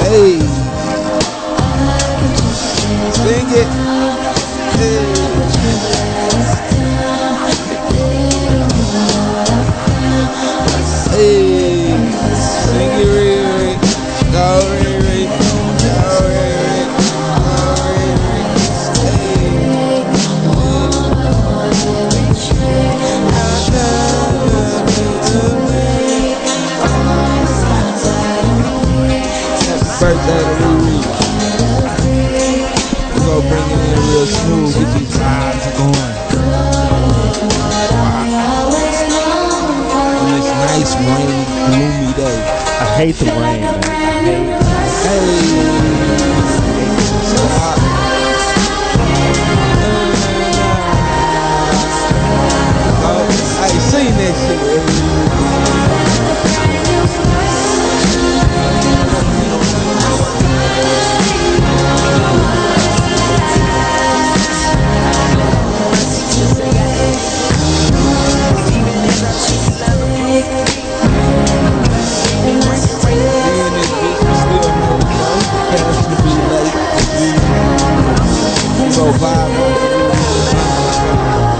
Hey. Sing it. Hey. Hey. Sing it, Riri. Go, Riri. Go, Riri. Go, Riri. Hey. Happy birthday to Riri. We're going to bring it in real smooth. Get these vibes going. On this nice, rainy, gloomy day. I hate the rain. Man. Hey. So hot. Oh, I ain't seen that shit. We in this bitch, we still know, bro. Parents should be late. So vibe on the roof.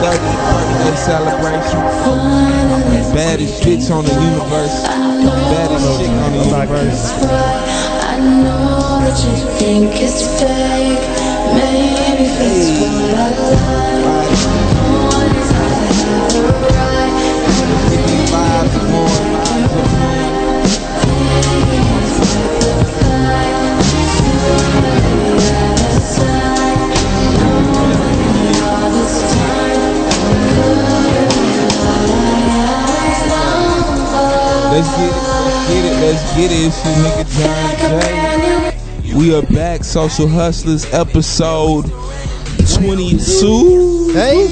30th birthday celebration. Baddest bitch on the universe. Baddest chick on the I'm not universe. kidding. I know that you think it's fake. Maybe that's what I like. What is I have a right? Get these vibes going, vibes are going. Let's get it, let's get it, let's get it. It's your nigga John Jay. We are back, Social Hustlers, episode 22. Hey,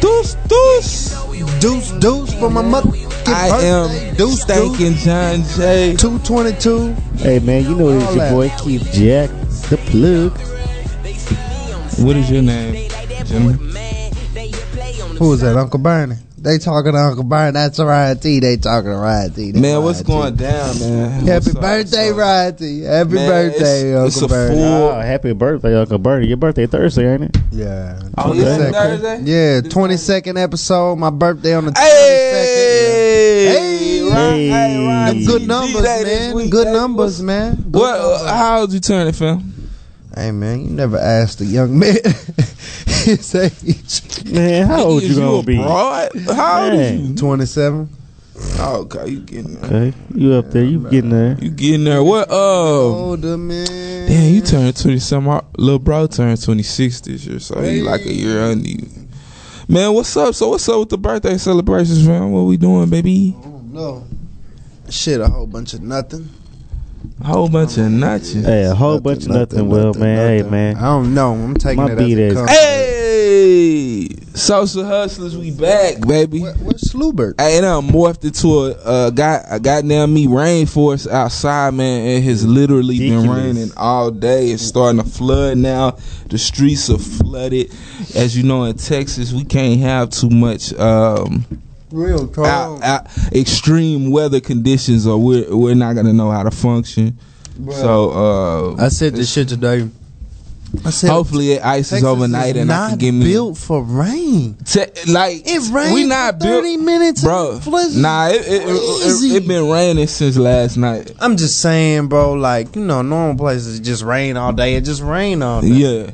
Deuce, deuce. deuce, deuce for my mother. I am deuce, deuce. thanking John Jay. 222. Hey man, you know it's All your that. boy Keith Jack, the plug. What is your name? Jimmy? Who is that? Uncle Bernie. They talking to Uncle Bernie. That's Ryan T. They talking to Ryan T. They Man, what's Ryan T. going down, man? Happy What's up? birthday, What's up? Ryan T. Happy Man, birthday, it's- it's Uncle a Bernie. full- Oh, happy birthday, Uncle Bernie. Your birthday Thursday, ain't it? Yeah. Oh, it's 22nd. Thursday? Yeah, 22nd episode. My birthday on the 22nd. Hey, Hey. Ryan- hey, Hey. Ryan, Them Them good DJ numbers, this man. week, Good hey, numbers, what's- man. Good What? numbers. uh, How old you turning, fam? Hey, man, you never asked a young man his age. Man, how old Is you gonna a be? broad? How old is Man. you? 27. Oh, okay, you getting there. Okay, you up there? You getting there? You getting there? What? Uh, Older man. damn, you turned twenty something. Little bro turned twenty six this year, so he like a year under you. Man, what's up? So what's up with the birthday celebrations, fam? What we doing, baby? No. Shit, a whole bunch of nothing. A whole bunch of notches. Hey, a whole bunch of nothing, Will, man. Hey, man. I don't know. I'm taking My it beat is- as it comes. Hey, social hustlers, we back, baby. Where, where's Slubert? Hey, and I morphed into a, a guy, a goddamn me rainforest outside, man. It has literally been Ridiculous. raining all day. It's starting to flood now. The streets are flooded. As you know, in Texas, we can't have too much um, Real Oh. out, out- extreme weather conditions, or we're we're not gonna know how to function. So, uh, I said this shit today. I said hopefully, it ices Texas overnight, is and I not can give me built for rain. te- like It rained we not for 30 built, minutes. bro. and floods. Nah, it it, it, it Crazy. it been raining since last night. I'm just saying, bro. Like you know, normal places it just rain all day. It just rain all day. Yeah.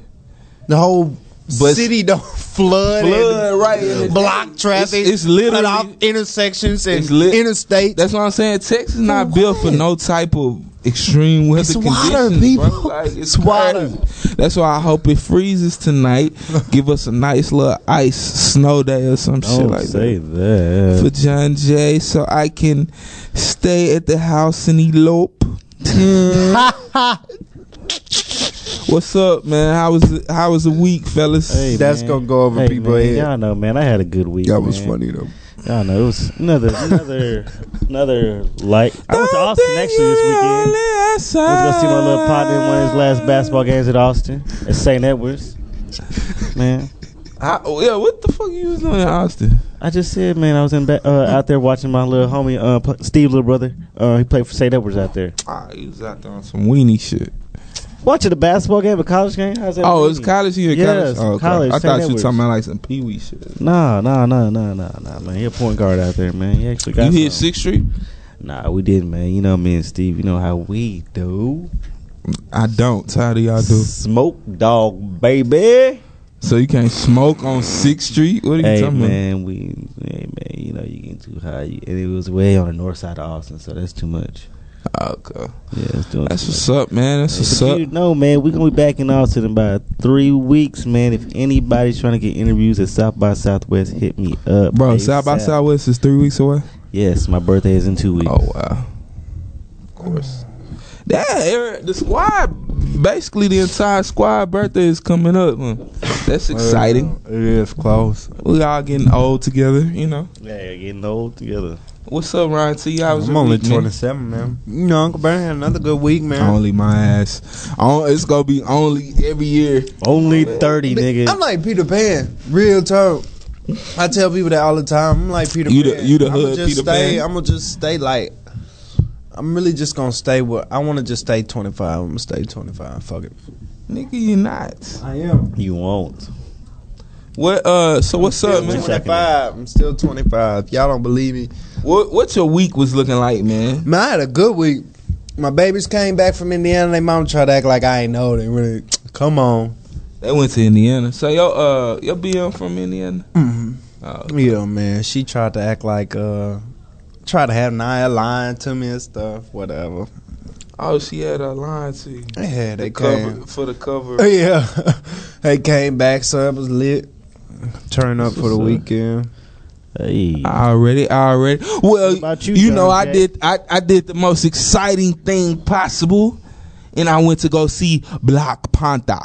The whole But- city don't flood. and Flood, right, in the day. Block traffic. It's, it's literally. cut off intersections and It's lit- interstates. That's what I'm saying. Texas not For built for what? no type of extreme weather It's conditions. water, Bro. people. Like, it's It's water. crazy. That's why I hope it freezes tonight. Give us a nice little ice snow day or some shit Don't like say that. that. For John Jay, so I can stay at the house and elope. What's up, man? How was the, how was the week, fellas? Hey, That's man. gonna go over Hey, people's man, head. Y'all know, man. I had a good week. man. though. Y'all know it was another, another, another light. I went to Austin actually this weekend. I was gonna see my little partner in one of his last basketball games at Austin at St. Edwards. Man, oh, I, yeah, what the fuck you was doing in Austin? I just said, man, I was in ba- uh, out there watching my little homie, uh, P- Steve, little brother. Uh, he played for St. Edwards out there. Ah, he was out there on some weenie shit. Watching a basketball game, a college game. How's that? Oh, mean? it's college here. college. Yes, Oh, okay. college, I St. thought you were Edwards. talking about like some pee wee shit. Nah, nah, nah, nah, nah, nah, man. He a point guard out there, man. He actually You got. hit some. Sixth Street? Nah, we didn't, man. You know me and Steve. You know how we do. I don't. How do y'all do? Smoke dog, baby. So you can't smoke on Sixth Street? What are you Hey talking man, we hey man, you know you getting too high, You- and it was way on the north side of Austin, so that's too much. about? Okay. Yeah, it's doing That's too much. what's up, man. That's what's But up. you know, man, we're gonna be back in Austin in about three weeks, man. If anybody's trying to get interviews at South by Southwest, hit me up, Bro, ASAP. South by Southwest is three weeks away. Yes, my birthday is in two weeks. Oh wow. Of course. That Eric, the squad basically the entire squad birthday is coming up. huh? That's exciting. It is close. We all getting old together, you know. Yeah, getting old together. What's up, Ryan T? How was I'm your only week, man? 27, man. You know, Uncle Bernie had another good week, man. Only my ass. On- It's gonna be only every year. Only thirty, nigga. I'm like Peter Pan, real talk. I tell people that all the time. I'm like Peter You the- Pan. you the I'ma hood just Peter stay, Pan. I'm gonna just stay like. I'm really just gonna stay where I want to just stay 25. I'm gonna stay 25. Fuck it. Nigga, you not. I am. you won't. What? Uh. So what's Still up, man? 25. I'm still 25. Y'all don't believe me. What What your week was looking like, man? Man, I had a good week. My babies came back from Indiana. They mom tried to act like I ain't know. They really come on. They went to Indiana. So your uh your BM from Indiana. Mm-hmm. Oh, Yeah, man. She tried to act like uh, tried to have Nia lying to me and stuff. Whatever. oh she had a line to you. Yeah, they The came. cover for the cover. Yeah, they came back, so it was lit. Turn up for What's the up? weekend. Hey, I already, I already. Well, What about you, you, know, I John Jay? did, I, I did the most exciting thing possible, and I went to go see Black Panther,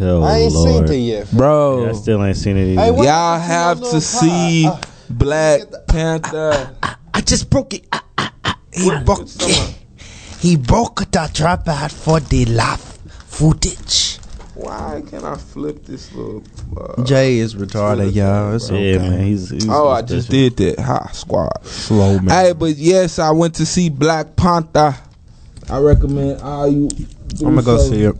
oh, I ain't Lord. seen it yet. bro. Yeah, I still ain't seen it either. Hey, what- Y'all What's have that to little see pie? Black Panther. I just broke it. Ah, he broke it. He broke the trap out for the laugh footage. Why can I flip this little? Uh, Jay is retarded, y'all. It's yeah, okay. man, he's, he's oh, I just special. did that. Ha, squad. Slow, man. Hey, but yes, I went to see Black Panther. I recommend all you. I'm gonna go see it.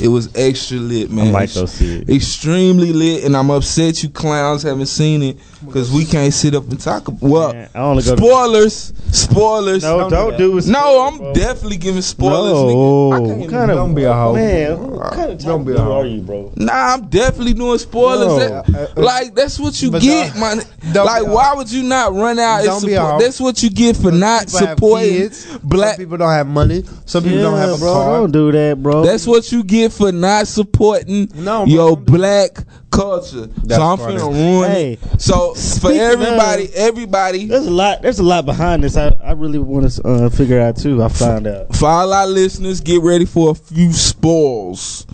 It was extra lit, man. I might go see it. extremely lit, and I'm upset you clowns haven't seen it because we can't sit up and talk. About, well, Man, I only go to- spoilers, spoilers. No, No, don't, do it. I'm definitely giving spoilers. nigga. No, can't even- don't be a Oh, hoe. Man, what kind of Don't don't be be a hoe. are you, bro? Nah, I'm definitely doing spoilers. No. That- Uh, uh, like that's what you But get, don't- man. don't Like, be a- why would you not run out? and Don't be a support- hoe. that's what you get for not People have supporting kids. black. Some people don't have money. Some people don't have a bro. car. Don't do that, bro. That's what you get for not supporting No, bro, your don't do- black culture. That's so I'm funny. finna ruin Hey, it. So for speaking everybody, of- everybody, there's a lot. There's a lot behind this. I, I really want to uh, figure out too. I found out. for all our listeners, get ready for a few spoils.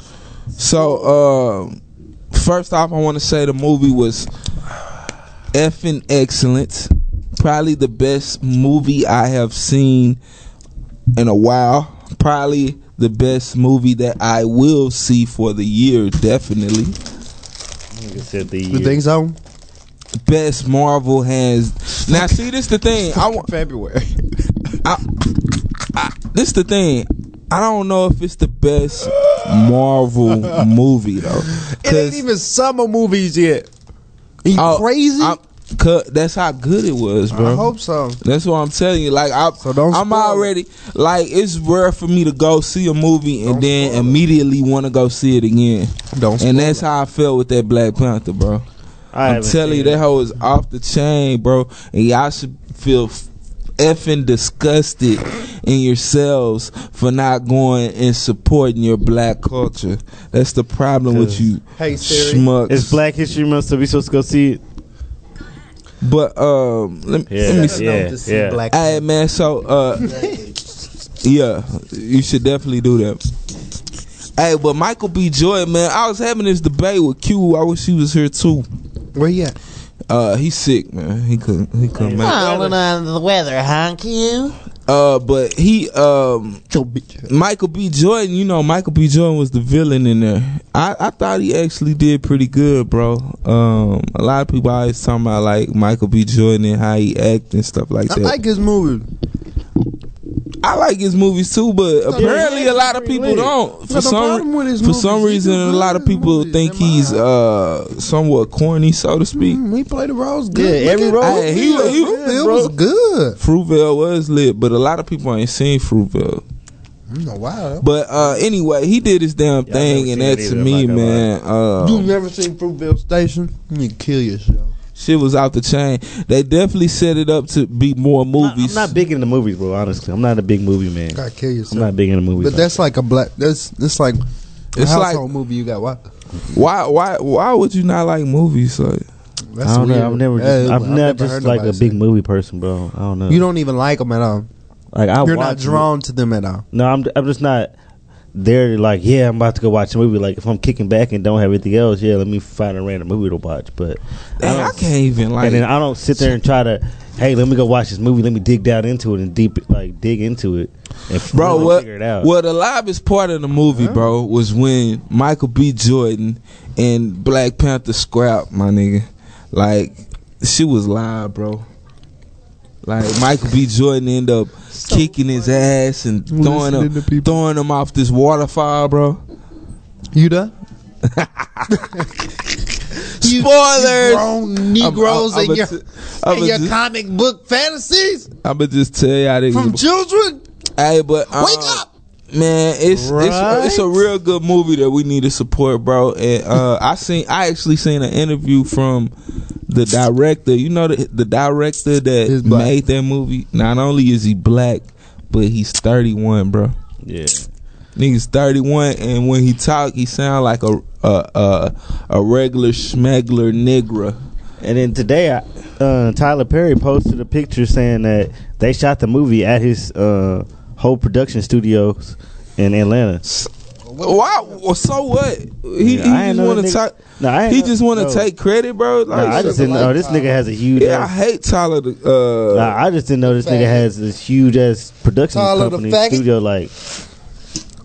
So, um first off, I want to say the movie was effing excellent. Probably the best movie I have seen in a while. Probably the best movie that I will see for the year, definitely. Nigga said the You year. think so? Best Marvel hands. Now, see, this the thing. I want. February. I, I, this the thing. I don't know if it's the best Marvel movie though. It ain't even summer movies yet. Are you crazy? Oh, I'm- 'cause that's how good it was, bro. I hope so. That's what I'm telling you. Like I, So don't I'm spoil it. already like it's rare for me to go see a movie and then immediately want to go see it again. Don't. And that's how I felt with that Black Panther, bro. I I'm haven't telling you, seen that it. hoe is off the chain, bro. And y'all should feel f- effing disgusted in yourselves for not going and supporting your black culture. That's the problem with you, Hey Siri. schmucks. It's Black History Month, so we supposed to go see it. But um, let, me- let me. Yeah, Let us know to see yeah. Black Hey man, so uh, yeah, you should definitely do that. Hey, but Michael B. Jordan, man, I was having this debate with Q. I wish he was here too. Where you at? Uh, he's sick, man. He couldn't. He couldn't make. it. Falling under the weather, huh, Q? Uh, but he um Michael B. Jordan, you know Michael B. Jordan was the villain in there. I, I thought he actually did pretty good, bro. Um, a lot of people always talking about like Michael B. Jordan and how he act and stuff like I that. like his movie. I like his movies too, but apparently yeah, a lot of pretty people lit. don't. For the some problem with his for movies, some he reason, do a good lot in of his people movies, think in my he's eyes. uh somewhat corny, so to speak. Mm-hmm. Mm, he played the roles Yeah, good. every Look at- role Hey, he he was- he was- Fruitvale bro. was was good. Fruitvale was lit, but a lot of people ain't seen Fruitvale. You know, wow. But uh anyway, he did his damn Yeah, I never thing, and seen that it to either, me, I'm not gonna man, Um, You uh, never seen Fruitvale Station? You kill yourself. shit was out the chain. They definitely set it up to be more Not- movies. I'm not big into movies, bro. Honestly, I'm not a big movie man. Gotta kill I'm yourself. not big into movies. but like that's like a black. That's that's like It's a like- household movie. You got what? why, why, why would you not like movies? Like, That's I don't know. I've weird. never, Yeah, just, I've, never, just heard like a nobody big say- movie person, bro. I don't know. You don't even like them at all. like I You're watch not drawn to them at all. it. No, I'm. I'm just not there. to, Like, yeah, I'm about to go watch a movie. Like, if I'm kicking back and don't have anything else, yeah, let me find a random movie to watch. But dang, I, don't- can't even like. and then I don't sit there and try to. Hey, let me go watch this movie. Let me dig down into it and deep, like dig into it. And Bro, really what? Figure it out. Well, the loudest part of the movie, bro, was when Michael B. Jordan and Black Panther scrapped, my nigga. Like, she was live, bro. Like Michael B. Jordan end up kicking his ass and throwing Listening to him, people. throwing him off this waterfall, bro. You done? You- Spoilers. You grown Negroes in your I'm in your just, comic book fantasies I'ma just tell y'all this. from children. Hey, but um, Wake up! man! It's Right? it's it's a real good movie that we need to support, bro. And uh, I seen I actually seen an interview from the director. You know the the director He's that black. made that movie. Not only is he black, but he's thirty one, bro. yeah. Nigga's thirty one, and when he talk, he sound like a a a, a regular schmegler nigga. And then today, I, uh, Tyler Perry posted a picture saying that they shot the movie at his uh, whole production studios in Atlanta. Why? Well, so what? He, Yeah, I he just ain't know that want to nigga- talk. No, I ain't He know- just want to no. take credit, bro. No, Like, I just didn't know this nigga has a huge. Yeah, I ass, hate Tyler. The, uh, nah, I just didn't know this nigga has this huge ass production Tyler the company faggot. studio. Like,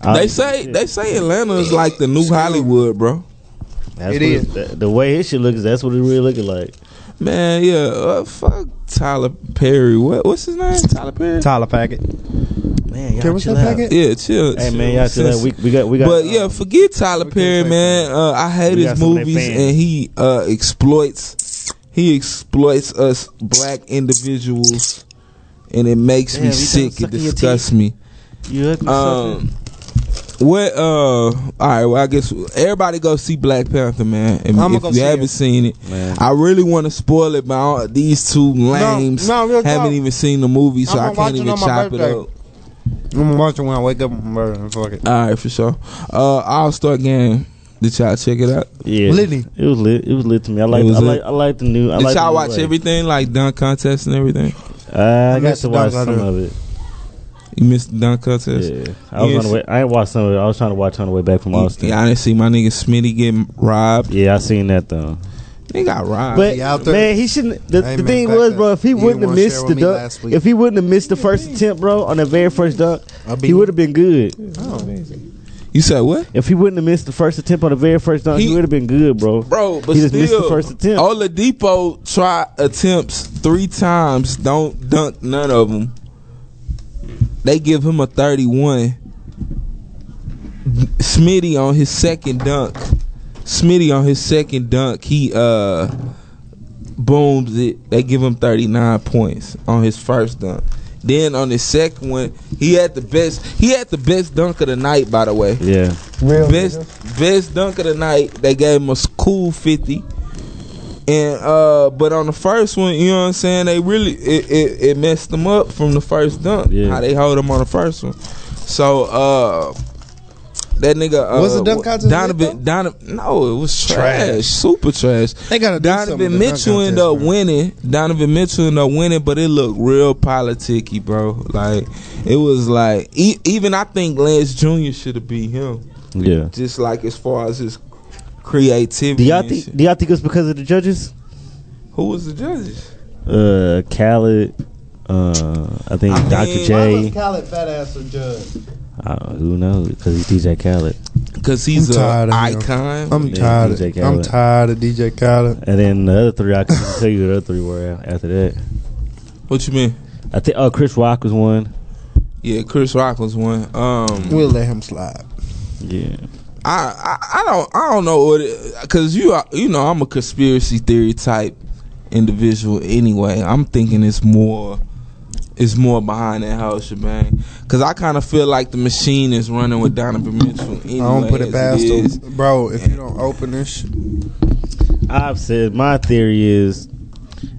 I- they say shit. they say Atlanta is like the new Hollywood, bro. that's what It is. The, the way his shit looks. That's what it really looking like. Man, yeah, uh, fuck Tyler Perry. What what's his name? Tyler Perry. Tyler Packett. Man, y'all Can we chill say out. faggot? yeah, chill. Hey chill. man, y'all chill out. We, we got we got. but um, yeah, forget Tyler Perry, man. Uh, I hate We his got some of their movies, fans. and he uh, exploits he exploits us black individuals, and it makes Damn, me he done sick. It sucking your disgusts me. you hooked me something? Um, what? Uh, all right. Well, I guess everybody go see Black Panther, man. And I'ma if go you see haven't it. seen it, Man. I really want to spoil it. But I don't- these two lames no, real haven't talk. even seen the movie, so I'ma I watch can't it even on my chop it birthday. up. I'm watching when I wake up. I'm burning. Fuck it. All right, for sure. Uh, All Star Game. Did y'all check it out? Yeah, Litty. It was lit. It was lit to me. I like. I was like. lit. I like the new. I Did like the y'all new watch way. everything like dunk contest and everything? Uh, I, got missed to the watch dunk some contest. of it. You missed the dunk contest. Yeah, I was Yes. on the way. I ain't watched some of it. I was trying to watch on the way back from Yeah, Austin. Yeah, I didn't see my nigga Smitty getting robbed. I seen that though. They got robbed. But yeah, I thought- man, he shouldn't. The, Hey, the man, thing back was, up. bro, if he You wouldn't didn't have wanna missed share the with me dunk, last week. if he wouldn't have missed the first attempt, bro, on the very first dunk, I beat he you. would have been good. you said what? If he wouldn't have missed the first attempt on the very first dunk, he, He- would have been good, bro. Bro, but he just still, missed the first attempt. Oladipo try attempts three times, don't dunk none of them. They give him a 31. Smitty on his second dunk. Smitty on his second dunk, he uh booms it. They give him 39 points on his first dunk. Then on his second one, he had the best. He had the best dunk of the night, by the way Yeah, best best dunk of the night. They gave him a cool fifty. And uh, but on the first one, you know what I'm saying? They really it, it, it messed them up from the first dunk. Yeah. How they hold him on the first one. So uh, that nigga uh, Was the dunk contest Donovan Donovan. No, it was trash, super trash. They gotta do something Donovan with the dunk Mitchell ended up contest, man. winning. Donovan Mitchell ended up winning, but it looked real politicky, bro. Like it was like e- even I think Lance Jr. should have beat him yeah. just like as far as his creativity. Do y'all and think? shit. Do y'all think it's because of the judges? who was the judges? uh Khaled, Uh, I think I Dr. mean- Why was J. Khaled fat ass a judge? Uh, who knows? Because he's DJ Khaled. Cause he's I'm an tired of him. icon. I'm Yeah, tired. DJ of, I'm Khaled. tired of DJ Khaled. And then the other three, I can tell you who the other three were after that. What you mean? I think oh, Chris Rock was one. Yeah, Chris Rock was one. Um, We'll let him slide. Yeah. I, I I don't I don't know what it, cause you are, you know I'm a conspiracy theory type individual anyway. I'm thinking it's more it's more behind that whole shebang. Cause I kind of feel like the machine is running with Donovan Mitchell. Anyway, I don't put as it past is. him, bro. If you don't open this, shit, I've said my theory is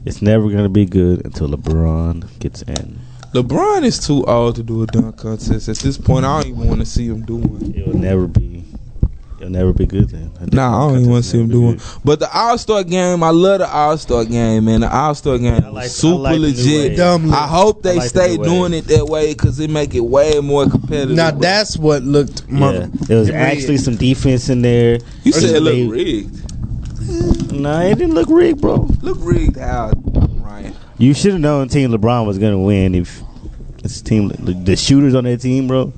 it's never gonna be good until LeBron gets in. LeBron is too old to do a dunk contest at this point. I don't even want to see him do one. It'll never be. It'll never be good then. Nah, I don't even want to see him do doing. one. But the All Star game, I love the All Star game, man. The All Star game, I like- I super like the new legit. way. dumb. I hope they I like stay the new doing it that way because it make it way more competitive. now But that's what looked. Yeah, Mother. there was It actually rigged. some defense in there. you said it They- look rigged. Nah, it didn't look rigged, bro. Look rigged how Ryan. You should have known Team LeBron was gonna win if this team, the shooters on that team, bro.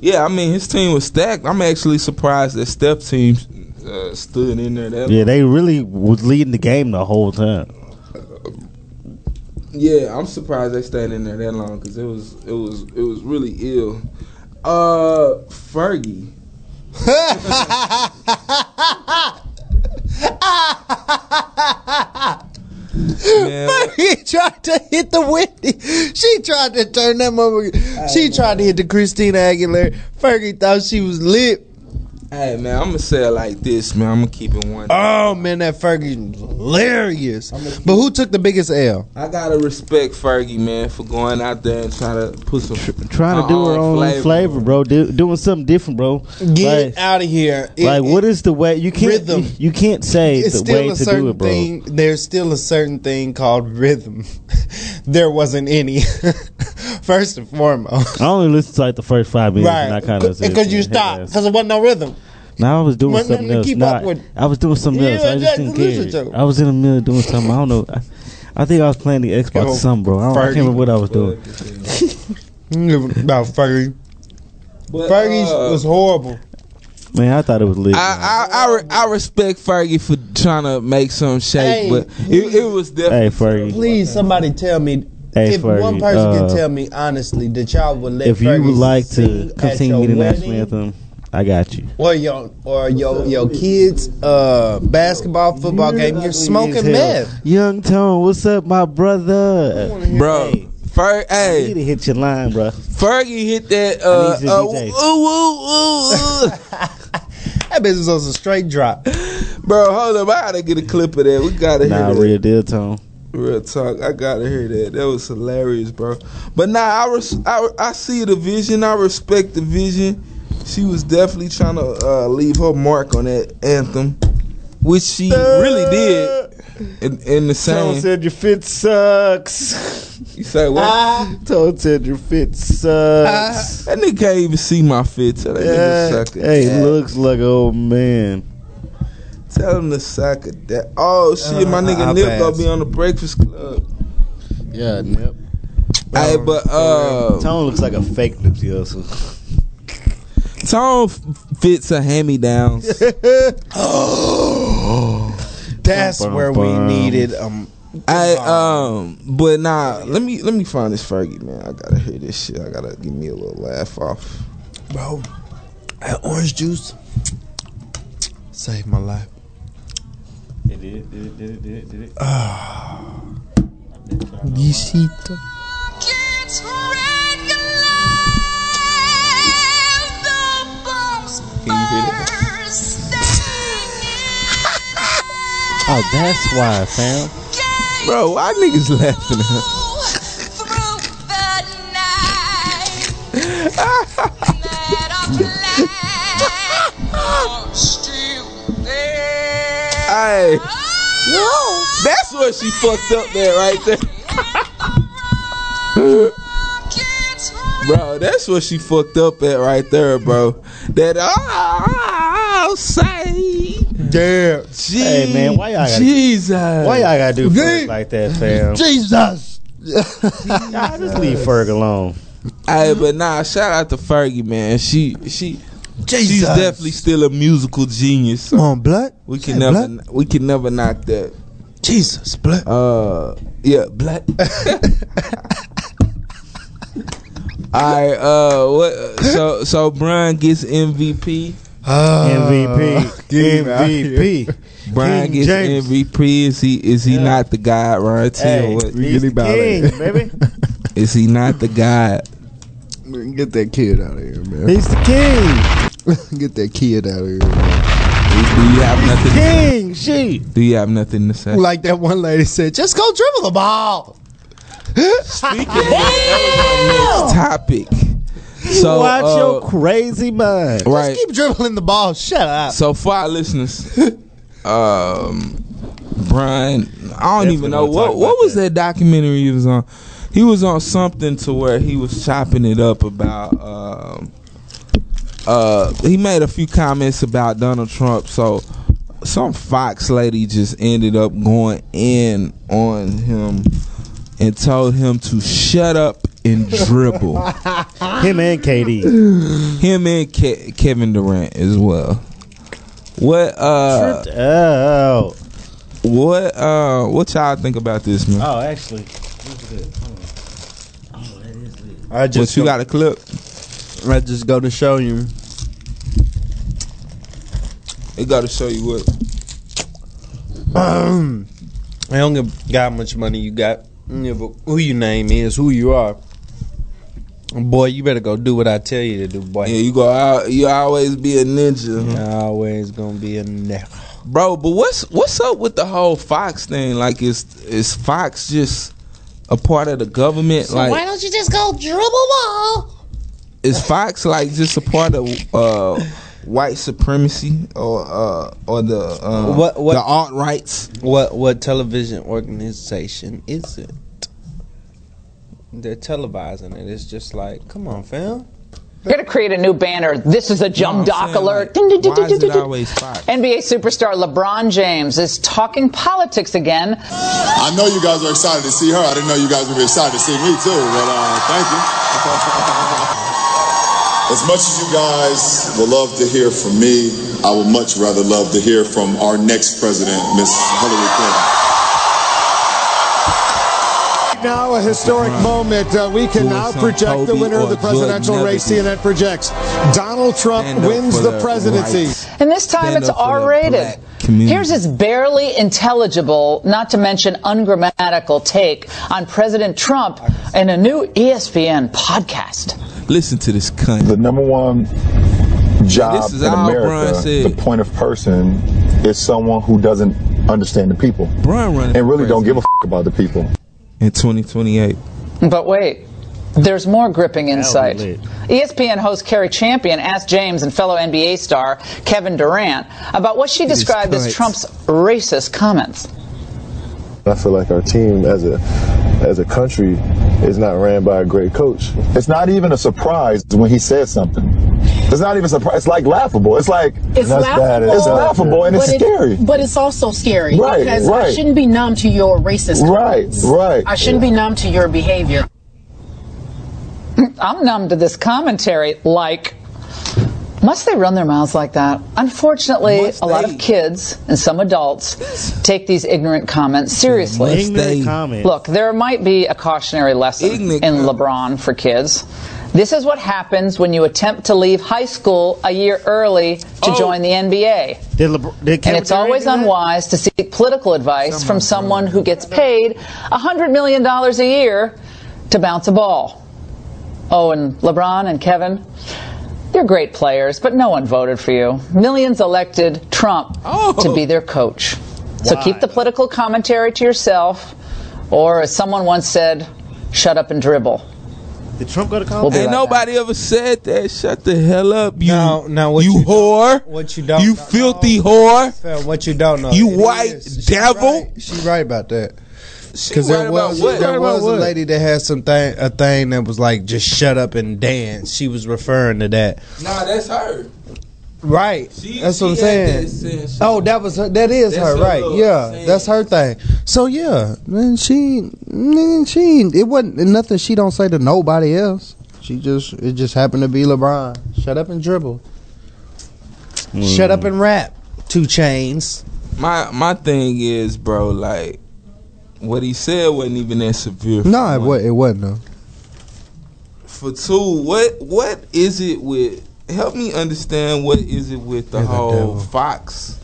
Yeah, I mean his team was stacked. I'm actually surprised that Steph team uh, stood in there. That Yeah, they really was leading the game the whole time. Yeah, I'm surprised they stayed in there that long because it was it was it was really ill. Uh, Fergie. Man, he tried to hit the Whitney. She tried to turn that mother. She tried to hit the Christina Aguilera. Fergie thought she was lit. hey man, I'm gonna say it like this, man. I'm gonna keep it one. Oh man, that Fergie was hilarious. But who took the biggest L? I gotta respect Fergie, man, for going out there and trying to put some. Trying to do her own flavor, bro. Do, doing something different, bro. Get like, out of here. It- like, it- what is the way? You can't. Rhythm. You can't say it's the still way a to certain do it, bro. thing. There's still a certain thing called rhythm. there wasn't any. First and foremost, I only listened to like the first five minutes, and I right? kind of Because you stopped. Because there wasn't no rhythm. Now I was doing Wasn't something nothing to else. keep Nah, up with. I was doing something Yeah, else. I just that's didn't the listen care. to. I was in the middle doing something. I don't know. I, I think I was playing the Xbox Yo, or something, bro. I, don't, I can't Fergie. remember what I was doing. About Fergie. But, Fergie uh, was horrible. Man, I thought it was lit. man. I I I, re- I respect Fergie for trying to make some shape, Hey, but it, it was definitely. hey, Fergie. Please, somebody tell me. Hey, if Fergie, one person uh, can tell me honestly that y'all would let if you Fergie would like to sing come at sing your me the national wedding anthem, I got you. or your or your your kids uh, basketball football game, you're smoking meth. Young Tone, what's up, my brother? Bro, Fer- You need hey, to hit your line, bro. Fergie hit that. I Uh, need you to uh, DJ. ooh, ooh, ooh, ooh. That business was a straight drop. Bro, hold up. I gotta get a clip of that. We gotta hear Nah, that. real deal, Tone. Real talk. I gotta hear that. That was hilarious, bro. But nah, I, res- I, I see the vision. I respect the vision. She was definitely trying to uh, leave her mark on that anthem, which she really did. In, in the same. said your fit sucks. You say what? Ah. Tone said your fit sucks. that nigga can't even see my fit. Tell that nigga sucker. Hey, looks like old man. Tell him to suck it. That. Oh shit, my Uh, nigga I'll Nip pass. gonna be on the Breakfast Club. Yeah, Nip. Oh, Hey, but uh, Tone looks like a fake Nipsey Hussle. Tone f- fits a hand me down. That's Bum, bum, where we bum. needed um. I um, but nah. Let me let me find this Fergie man. I gotta hear this shit. I gotta give me a little laugh off. Bro, that orange juice saved my life. It did, did it, did it, did it, did it. Ah. It's regular. The bombs bursting Oh, that's why, fam. Bro, why niggas laughing? at? through the night. Let a black on still there. Hey, that's where she fucked up there right there. It's Bro, that's what she fucked up at right there, bro. That oh, say Yeah, Je- Hey, man, why y'all gotta- Jesus? Why y'all gotta do Nip. like that, fam? Jesus. Nah, just leave Ferg alone. Hey, but nah, shout out to Fergie, man. She she she's Jesus. definitely still a musical genius. Come so on, blood. we Say can never blood. we can never knock that. Jesus, blood. Uh, yeah, black. All right, uh, what? So, so Brian gets MVP. Ah. MVP. Uh, get him out MVP. Brian King gets James. MVP. Is he is he Yeah. not the guy, Ron T? Hey, Or what? he's really the about king, it. baby. Is he not the guy? Get that kid out of here, man. He's the king. Get that kid out of here. Man. Do you have nothing? King. She. Do you have nothing to say? Like that one lady said, just go dribble the ball. Topic. So, Watch uh, your crazy mind. right. Keep dribbling the ball. Shut up. So for our listeners, um, Brian, I don't Definitely even know wanna what talk what about was that. documentary he was on. He was on something to where he was chopping it up about. Um, uh, he made a few comments about Donald Trump. So some Fox lady just ended up going in on him and told him to shut up and dribble. Him and KD. him and Ke- Kevin Durant as well. What uh Tripped out. What uh what y'all think about this man? Oh, actually. I Just you got a clip? I just go to show you. It gotta show you what. Um, I don't give God much money you got. Yeah, but who your name is, who you are. Boy, you better go do what I tell you to do, boy. Yeah, you go out you always be a ninja. You're Always gonna be a neck. Bro, but what's what's up with the whole Fox thing? Like is is Fox just a part of the government? like why don't you just go dribble ball? Is Fox like just a part of uh white supremacy or uh or the uh What- what- the alt rights? What what television organization is it? They're televising it. It's just like, come on, fam. We're going to create a new banner. This is a No, jump I'm doc saying, alert. like, why is it always Fox? NBA superstar LeBron James is talking politics again. I know you guys are excited to see her. I didn't know you guys would be excited to see me too, but uh, thank you. as much as you guys would love to hear from me, I would much rather love to hear from our next president, Miss Hillary Clinton. now a historic moment. Uh, we can Doing now Uh-huh. some project the Kobe winner of or the presidential Jordan race. Neverson. CNN projects Donald Trump Stand up wins for the the presidency. rights. And this time Stand it's up for the R rated. black community. Here's his barely intelligible, not to mention ungrammatical take on President Trump in a new E ESPN podcast. Listen to this cunt. the number one job This is in how America, Brian said. the point of person, is someone who doesn't understand the people Brian running and for really president. don't give a f- about the people. in 2028. But wait, there's more gripping insight. E That would ESPN host Carrie Champion asked James and fellow NBA star Kevin Durant about what she is described as correct. Trump's racist comments. I feel like our team as a as a country is not ran by a great coach. It's not even a surprise when he says something. It's not even surprise. It's like laughable. It's like It's that's bad. laughable. It's laughable and it's but it- scary. but it's also scary Right, because I right. shouldn't be numb to your racist. Right, comments. right. I shouldn't be numb to your behavior. I'm numb to this commentary. Like, must they run their mouths like that? Unfortunately, Must a lot they? of kids and some adults take these ignorant comments seriously. Stay- Ignorant comment. Look, there might be a cautionary lesson Ignorant in comments. LeBron for kids. This is what happens when you attempt to leave high school a year early to Oh. join the NBA. Did LeBron, did And Kevin it's always Durant do that? unwise to seek political advice from someone who gets paid $100 million a year to bounce a ball. Oh, and LeBron and Kevin, you're great players, but no one voted for you. Millions elected Trump to be their coach. So keep the political commentary to yourself, or as someone once said, shut up and dribble. Did Trump go to We'll college? be Ain't right back. nobody ever said that. Shut the hell up, you. No, no, what you, you don't- whore. what you don't- You no, filthy whore. Fam, what you don't know. You It white She devil. right. She right about that. She Because worried there about was what? there Worried about was a what? lady that had some thing a thing that was like just shut up and dance. She was referring to that. Nah, that's her. Right. that's what I'm she had saying. that sense. oh, that was her. That is That's her, her right? little Yeah, sense. that's her thing. So yeah, man, she, man, she, it wasn't nothing. She don't say to nobody else. She just, it just happened to be LeBron. Shut up and dribble. Hmm. Shut up and rap. Two chains. My my thing is, bro, like what he said wasn't even that severe. No, it was. It wasn't though. For two, what what is it with? Help me understand what is it with the You're the whole devil. Fox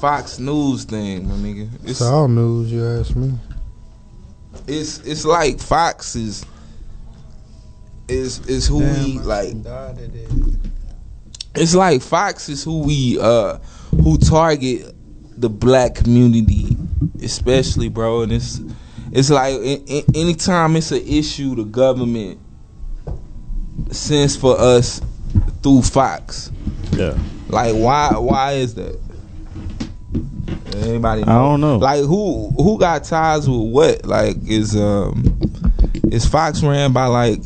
Fox News thing, my nigga. It's all news. You ask me. it's it's like Fox is is is who we like. It's like Fox is who we uh who target the black community, especially, bro. And it's it's like a- a- anytime it's an issue, the government sends for us through Fox. Yeah. Like why why is that? Anybody? I don't know. Like who who got ties with what? Like is um is Fox ran by like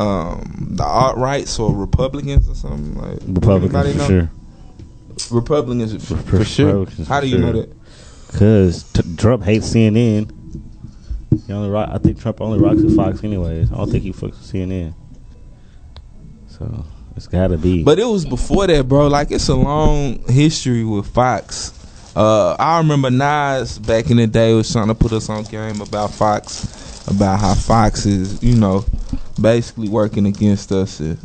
um the alt rights or Republicans or something? Like Republicans anybody for know? sure. Republicans for, for sure. Republicans How for do you sure. know that? Cause t- Trump hates CNN. He only rock, I think Trump only rocks with Fox anyways. I don't think he fucks with CNN. So it's gotta be. But it was before that, bro. Like it's a long history with Fox. Uh, I remember Nas back in the day was trying to put us on game about Fox, about how Fox is, you know, basically working against us. and-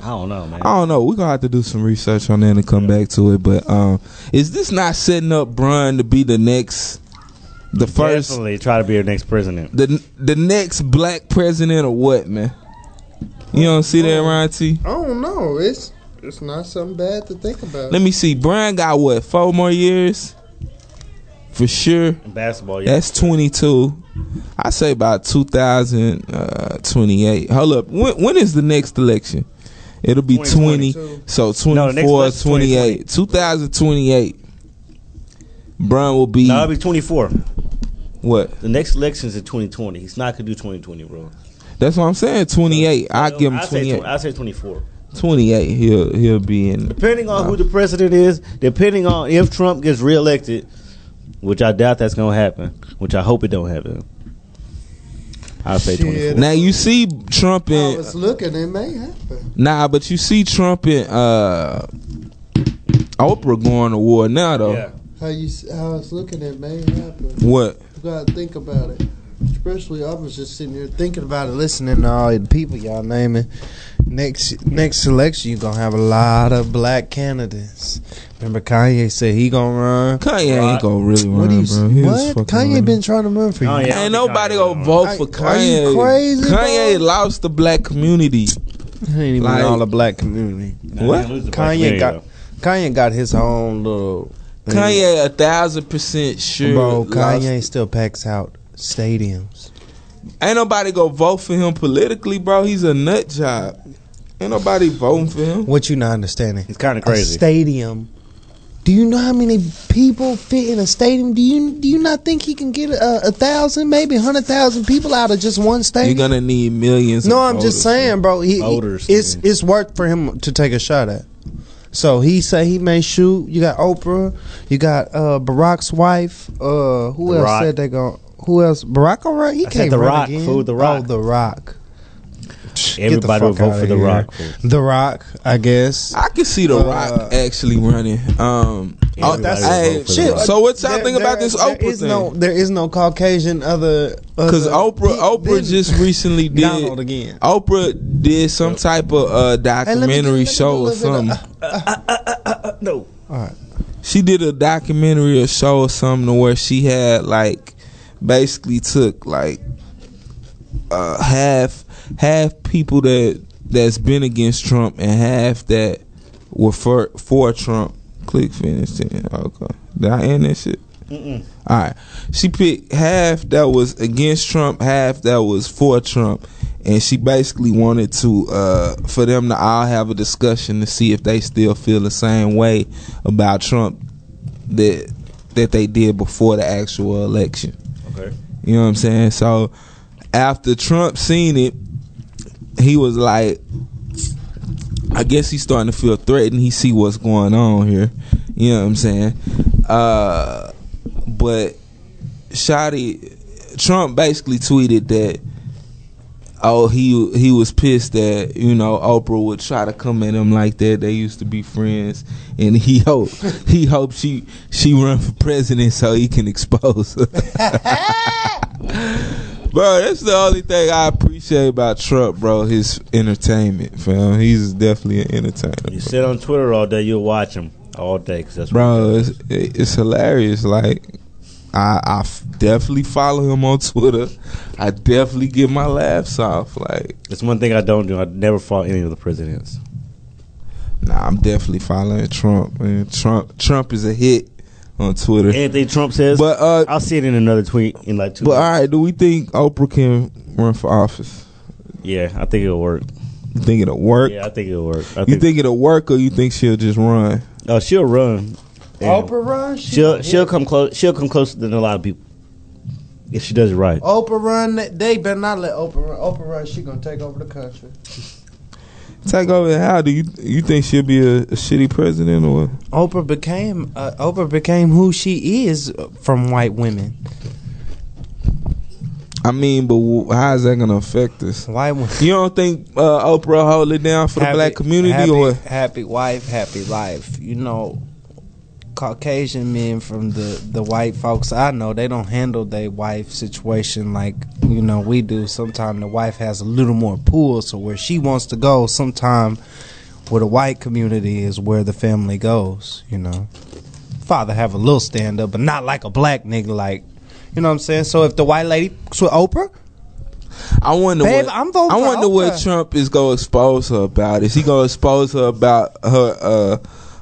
I don't know, man. I don't know. We're gonna have to do some research on that and come back to it. But um, is this not setting up Brun to be the next, the first, Definitely try to be your next president. the the next black president or what, man? You don't see that, Ron T? I don't know. Oh, It's it's not something bad to think about. Let me see. Brian got what? Four more years, for sure. Basketball, yeah. That's twenty two. I say about 2028. Hold up. When when is the next election? It'll be 20. So No, the next 24, election's 28. 2028. Brian will be No, I'll be twenty four. what? The next election's in twenty twenty. He's not gonna do twenty twenty, bro. That's what I'm saying. 28. I give him I say 28. I say twenty four. 28. He'll he'll be in. Depending on who the president is, depending on if Trump gets reelected, which I doubt that's gonna happen, which I hope it don't happen. I'll say Shit. twenty four. Now you see Trump I and was looking. It may happen. Nah, but you see Trump and uh, Oprah going to war now though. How you s- how it's looking, it may happen. What? You gotta think about it. Especially, I was just sitting here thinking about it, listening to all the people y'all naming. Next next election, you gonna have a lot of black candidates. Remember, Kanye said he gonna run. Kanye ain't gonna really run, What do you? bro. He was what? fucking Kanye running. been trying to run Oh, for you. ain't nobody gonna vote for Are Kanye. you crazy, Kanye lost the black community. It ain't even Like- all the black community. What? he didn't lose the black Kanye community, got? Kanye got his own little. thing. Kanye a thousand percent sure. bro. lost- Kanye still packs out stadiums. Ain't nobody gonna vote for him politically, bro. He's a nut job. Ain't nobody voting for him. What you not understanding? It's kind of A crazy. stadium. Do you know how many people fit in a stadium? Do you do you not think he can get a, a thousand, maybe a hundred thousand people out of just one You're stadium? gonna need millions. no, of I'm voters. just saying, bro. He, he- Voters, it's it's worth for him to take a shot at. So he say he may shoot. You got Oprah. You got uh, Barack's wife. Uh, who The else Rock. said they going Who else? Barack all right. He I said can't The run Rock, again. fool, The Oh, Rock. the Rock. Everybody will vote fuck for outta The here. Rock. fool. The Rock, I guess. I can see The Uh, Rock actually running. Um, oh, Everybody that's will vote hey, for The shit. Rock. So what y'all There- think about there- this there Oprah is thing? No, there is no Caucasian other Because other- Oprah, Uh, He Oprah didn't. just recently did. Donald again. Oprah did some type of uh, Hey, let me get- documentary let me show do a or little something. bit of- uh, No. she did a documentary or show or something to where she had like basically took like uh, half half people that that's been against Trump and half that were for for Trump. Click finish. Then. Okay, did I end that shit? Mm-mm. All right. She picked half that was against Trump, half that was for Trump, and she basically wanted to uh, for them to all have a discussion to see if they still feel the same way about Trump that that they did before the actual election. Okay. You know what I'm saying? So after Trump seen it, he was like, I guess he's starting to feel threatened. He see what's going on here. You know what I'm saying? Uh, but Shotty Trump basically tweeted that oh he he was pissed that you know Oprah would try to come at him like that. They used to be friends, and he hope he hoped she she run for president so he can expose her. Bro, that's the only thing I appreciate about Trump, bro. His entertainment, fam. He's definitely an entertainer, You sit on Twitter all day, you'll watch him all day because that's bro. It's, it's hilarious. Like, I, I f- definitely follow him on Twitter. I definitely get my laughs off. Like, it's one thing I don't do. I never follow any of the presidents. Nah, I'm definitely following Trump. Man, Trump, Trump is a hit on Twitter. Anything Trump says, but uh, I'll see it in another tweet in like two. But all right, do we think Oprah can run for office? Yeah, I think it'll work. You think it'll work? Yeah, I think it'll work. I you think it'll work, or you think she'll just run? Oh, she'll run. Oprah run? She- She'll she'll come close. She'll come closer than a lot of people if she does it right. Oprah run. They better not let Oprah run. Oprah run. She gonna take over the country. Take over. How do you you think she'll be a, a shitty president or? what? Oprah became uh, Oprah became who she is from white women. I mean, but w- how is that going to affect us? Why? You don't think uh, Oprah hold it down for the black community, happy, or happy wife, happy life. You know, Caucasian men from the the white folks I know they don't handle their wife situation like you know we do. Sometimes the wife has a little more pull, so where she wants to go, sometime where the white community is where the family goes. You know, father have a little stand up, but not like a black nigga like. You know what I'm saying? So if the white lady fucks with Oprah, I wonder Babe, what I'm voting I for wonder what Oprah. Trump is going to expose her about. Is he going to expose her about her uh,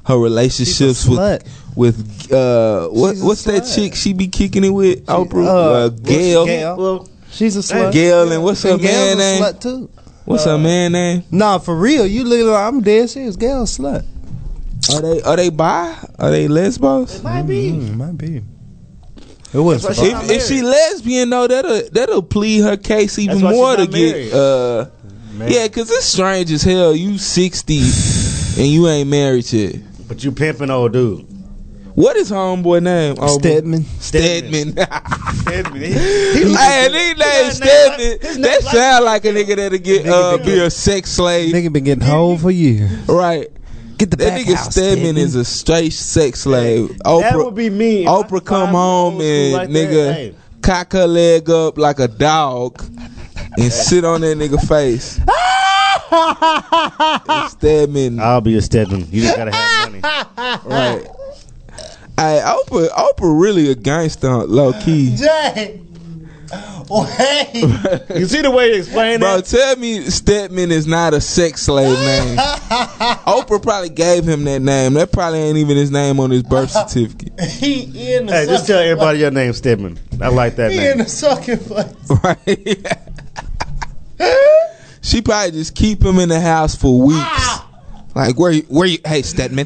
her relationships with with uh, what what's that chick she be kicking it with? Oprah, uh, uh, Gail, Gail. Well, she's a slut. Gail, and what's her And man Gail's a name? slut Uh, too. What's her man name? Nah, for real. You look like I'm dead serious. Gail slut. Are they are they bi? Are they lesbos? Might be. Mm, might be. It was. If, if she lesbian though, that'll that'll plead her case even That's why more to she's not get. Uh, yeah, because it's strange as hell. You sixty and you ain't married yet. But you pimping old dude. What is homeboy name? homeboy? Stedman. Stedman. Stedman. Hey, nigga named Stedman. That sound like a nigga that'll get uh, be a sex slave. Nigga been getting hold for years. Right. Get the that back nigga house, Stedman Stedman. is a straight sex slave. Oprah, would be me if I Oprah come climbed home the old and school like that, nigga hey. cock her leg up like a dog and sit on that nigga face. It's Stedman, I'll be a Stedman. You just gotta have money. right? Hey, Oprah, Oprah really a gangster low key. Jay. Oh, Wait. You see the way you explain Bro, tell me Stedman is not a sex slave name. Oprah probably gave him that name. That probably ain't even his name on his birth certificate. he in the Hey, just tell everybody your name, Stedman. I like that He in name. the sucking place. Right? she probably just keep him in the house for weeks. Like where you, where you hey Stedman?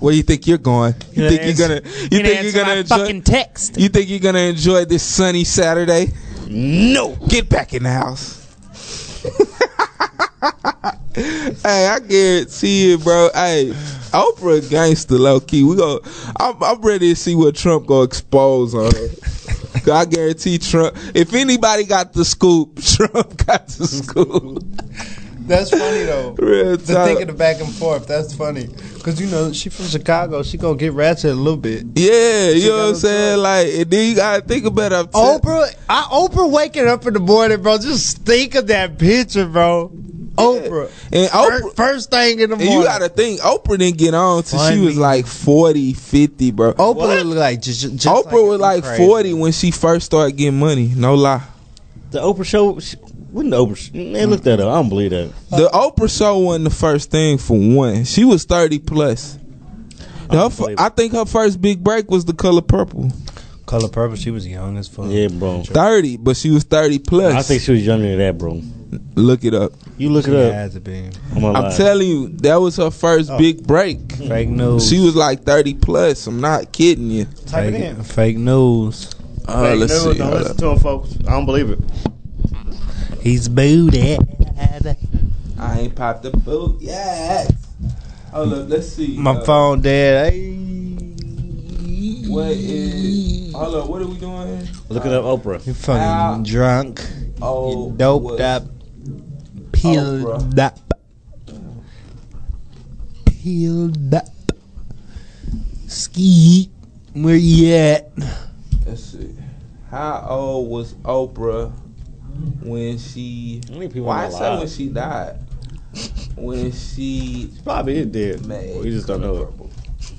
Where you think you're going? You Gonna think answer- you're gonna you think you're gonna enjoy text. you think you're gonna enjoy this sunny Saturday? No. Get back in the house. hey, I guarantee it, bro. Hey, Oprah gangster low key. We go. I'm, I'm ready to see what Trump gonna expose on her. 'Cause I guarantee Trump. If anybody got the scoop, Trump got the scoop. That's funny though. Real The talk. thinking of back and forth. That's funny. Cause you know she from Chicago. She gonna get ratchet a little bit. Yeah, you She know what got I'm saying. Like, and then you gotta think about it. I'm t- Oprah, I Oprah waking up in the morning, bro. Just think of that picture, bro. Oprah and Fir- Oprah. first, thing in the And morning. you gotta think Oprah didn't get on till she was like 40, 50, bro. Oprah look like just, just Oprah was like crazy. forty when she first started getting money. No lie. The Oprah show. sh- When the Oprah? sh- Man, look that up. I don't believe that. The Oprah show wasn't the first thing for one. She was thirty plus. The- her fir- I think her first big break was the color purple. color purple. She was young as fuck. Yeah, bro. Thirty, but she was thirty plus. I think she was younger than that, bro. Look it up. You look it She up. had to be I'm, gonna I'm lie. telling you, that was her first big break. fake news. She was like thirty plus. I'm not kidding you. Type it in. fake, fake news. Uh, Fake let's news, see. Don't Hold listen up. to him, folks. I don't believe it. He's booted. I I ain't popped the boot yet. Hold up, let's see. My Uh, phone dead. Hey. What is? eh, Hold up, what are we doing? here? Looking up Oprah. You fucking drunk. Oh, you doped was up. Peeled up. Peeled up. Ski. Where you at? Let's see. How old was Oprah when she? How many people Why are I say alive? when she died? When she Probably is dead. made We just don't know it.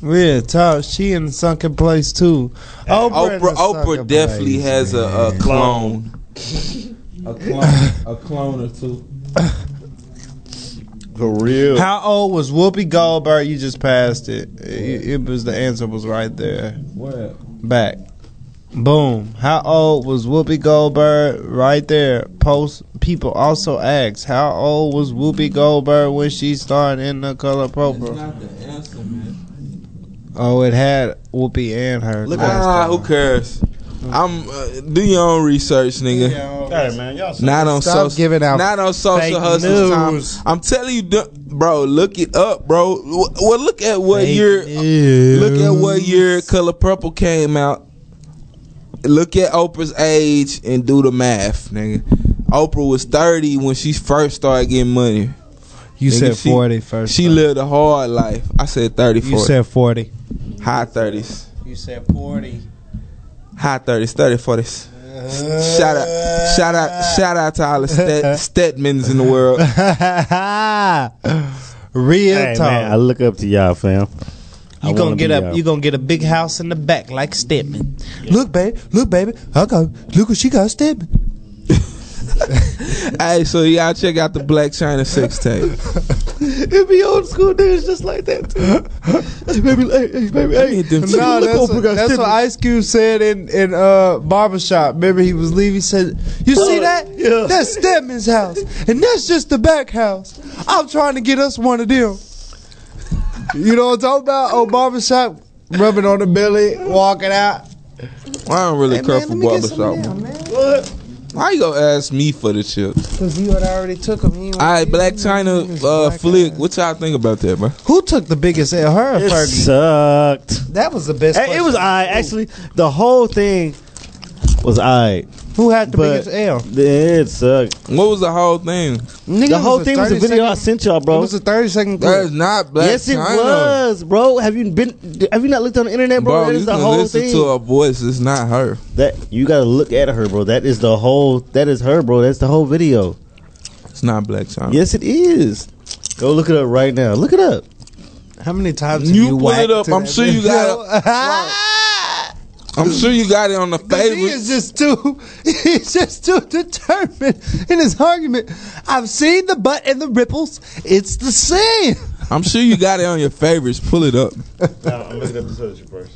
Real talk. She in the sunken place too. Oprah. in Oprah, the sunken Oprah definitely place, has a, a man. clone. a clone, a clone or two. For real. How old was Whoopi Goldberg? You just passed it. It, it was the answer was right there. What? Back. Boom. How old was Whoopi Goldberg? Right there. Post people also asked how old was Whoopi Goldberg when she starred in The Color Purple? Not the answer, man. Oh, it had Whoopi and her. Look last ah, time. who cares? I'm uh, do your own research, nigga. Hey, man, y'all so Not on Stop social. giving out not on fake social hustle time. news. I'm telling you, du- bro. Look it up, bro. Wh- Well, look at what year. Look at what year Color Purple came out. Look at Oprah's age and do the math, nigga. Oprah was 30 when she first started getting money. You Nigga, said she- 40 first. She time. lived a hard life. I said 30, You 40. said 40. high 30s. You said 40. High 30s, 30, 40s. Shout out, shout out, shout out to all the Stet- Stetmans in the world. Real Hey, talk. man, I look up to y'all, fam. I You wanna gonna get be up? y'all. You gonna get a big house in the back like Stedman? Look, baby, look, baby. I got look what she got stepping. Hey, so y'all check out the Black China sex tape. It be old school niggas just like that. Too. hey, baby, hey, hey, baby, hey. Need them Look, No, look, that's, Oprah what, got that's stepping. what Ice Cube said in in uh, barbershop. Remember he was leaving. He said, "You see that? Yeah. That's Stedman's house, and that's just the back house. I'm trying to get us one of them." You know what I'm talking about? Oh, barbershop, rubbing on the belly, walking out. I don't really Hey, care man, for let me get some barbershop. of them, man. Why you gonna ask me for the chips? Cause you had already took him. He ain't All right, wanna- Black China This uh, black flick. guy. What y'all think about that, man? Who took the biggest L? Her or It Fergie? sucked. That was the best. Hey, it was question. I actually. The whole thing was I. Who had the but- biggest L? It sucked. What was the whole thing? Nigga, The it whole thing was a 30 video I second- sent y'all, It bro. was a thirty second clip. That's not Black Yes, it China. was, bro. Have you been? Have you not looked on the internet, bro? Bro, that you is the can whole listen thing. to her voice. It's not her. that you gotta look at her, bro. That is the whole. That is her, bro. That's the whole video. It's not Black China. Yes, it is. Go look it up right now. Look it up. How many times You have you pull it whacked up, to I'm that sure you video? got I'm sure you got it on the 'Cause He favorite. is just too. He's just too determined in his argument. I've seen the butt and the ripples. It's the same. I'm sure you got it on your favorites. Pull it up. I'm looking up the search first.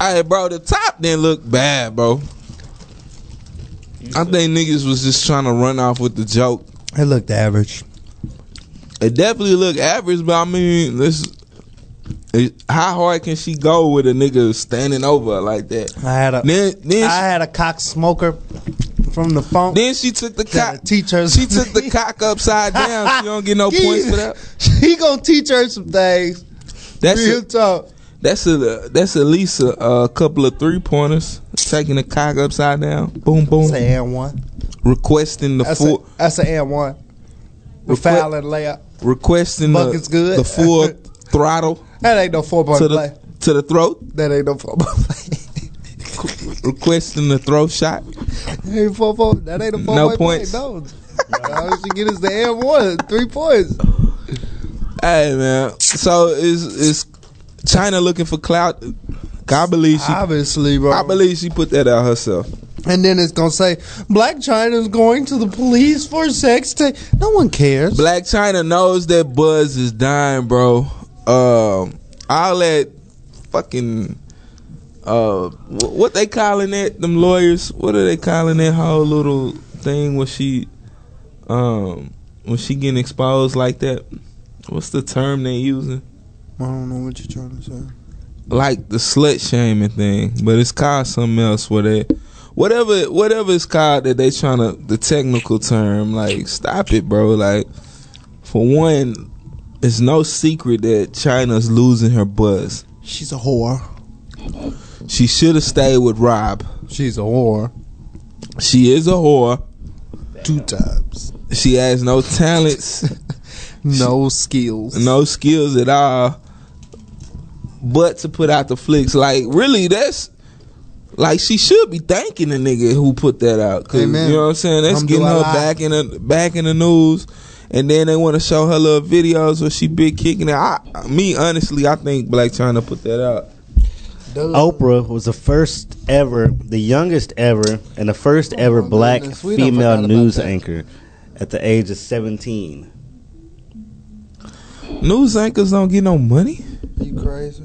Hey, bro, the top didn't look bad, bro. I think niggas was just trying to run off with the joke. It looked average. It definitely look average, but I mean, this. it- How hard can she go with a nigga standing over her like that? I had a. Then, then, I had a cock smoker from the phone. she, then she took the Gotta cock. teach her She some took the cock upside down. She don't get no points for that. He gonna teach her some things. That's Real it. talk. That's a, that's at least a, a couple of three pointers. Taking the cock upside down. Boom, boom. That's an and one. Requesting the That's a, full that's an and one. Requ- Foul and layup. requesting Bucket's the, good. the full throttle That ain't no four point to play. the to the throat. That ain't no four point play. Requesting the throat shot. That ain't four point. That ain't a four No points. point play. No. All she get is the and one, three points. Hey man, so is is China looking for clout? I believe she. I, Obviously, bro. believe she put that out herself. and then it's gonna say Black China's going to the police for sex tape. No one cares. Black China knows that Buzz is dying, bro. Um, all that fucking uh, wh- what they calling it? Them lawyers? What are they calling that whole little thing when she um when she getting exposed like that? What's the term they using? I don't know what you're trying to say. like the slut shaming thing, but it's called something else where they whatever whatever it's called that they trying to the technical term. Like, stop it, bro. Like, for one, it's no secret that China's losing her buzz. She's a whore. She should have stayed with Rob. She's a whore. She is a whore. Two times. She has no talents. No skills. no skills at all but to put out the flicks like really that's like she should be thanking the nigga who put that out 'cause, Amen. you know what i'm saying that's Alhamdulillah. getting her back in the back in the news and then they want to show her little videos where she big kicking it I, me honestly i think black china put that out Oprah was the first ever, the youngest ever, and the first ever black goodness, we done forgot female about news that. anchor at the age of 17. news anchors don't get no money You crazy?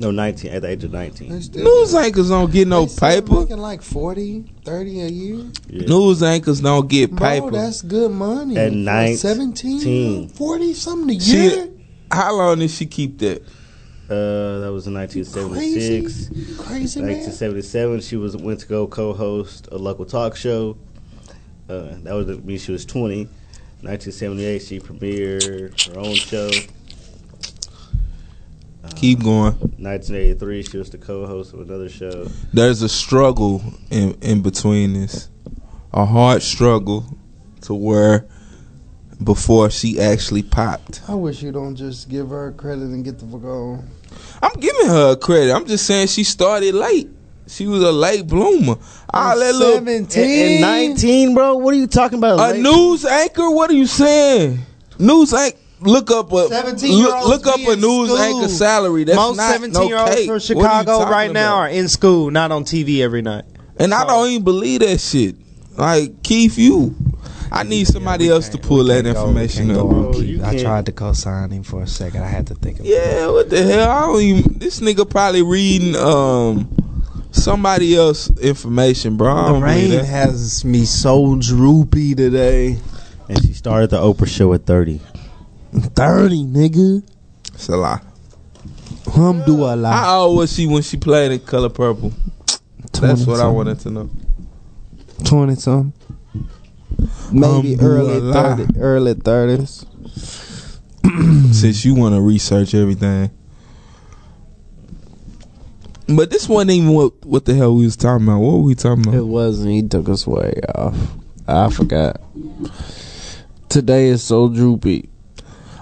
No, 19, at the age of 19. news anchors don't get no paper Making like 40, 30 a year. Yeah. news anchors don't get Bro, paper that's good money. At For nineteen. 17, 40 something a She- year. how long did she keep that Uh, that was in 1976. Crazy man. 1977, she was went to go co-host a local talk show. Uh, that was when she was 20. 1978, she premiered her own show. keep going 1983, she was the co-host of another show. there's a struggle in, in between this a hard struggle to where before she actually popped I wish you don't just give her credit and get the fuck on. i'm giving her credit i'm just saying she started late she was a late bloomer all that little And 17. 19, bro, what are you talking about? a Like- news anchor what are you saying news anchor Look up a 17-year-olds look, look up be a in news school. anchor salary. That's Most not 17 year olds no cake. from What are you Chicago talking right now about? are in school, not on TV every night. And I don't even believe that shit. Like Keith, you, I need somebody else to pull that information up. on Keith. I You tried to co-sign him for a second. I had to think of Yeah, what the hell? I don't even. This nigga probably reading um somebody else information, bro. I The don't believe rain that. has me so droopy today. And she started the Oprah show at 30. 30, nigga. It's a lie. Hum do a lot. How old was she when she played in Color Purple? That's what I wanted to know. 20 something. Maybe Hum do a early lot. 30, early 30s. Since you want to research everything, but this wasn't even what what the hell we was talking about. What were we talking It about? wasn't. He took us way off. I forgot. Today is so droopy.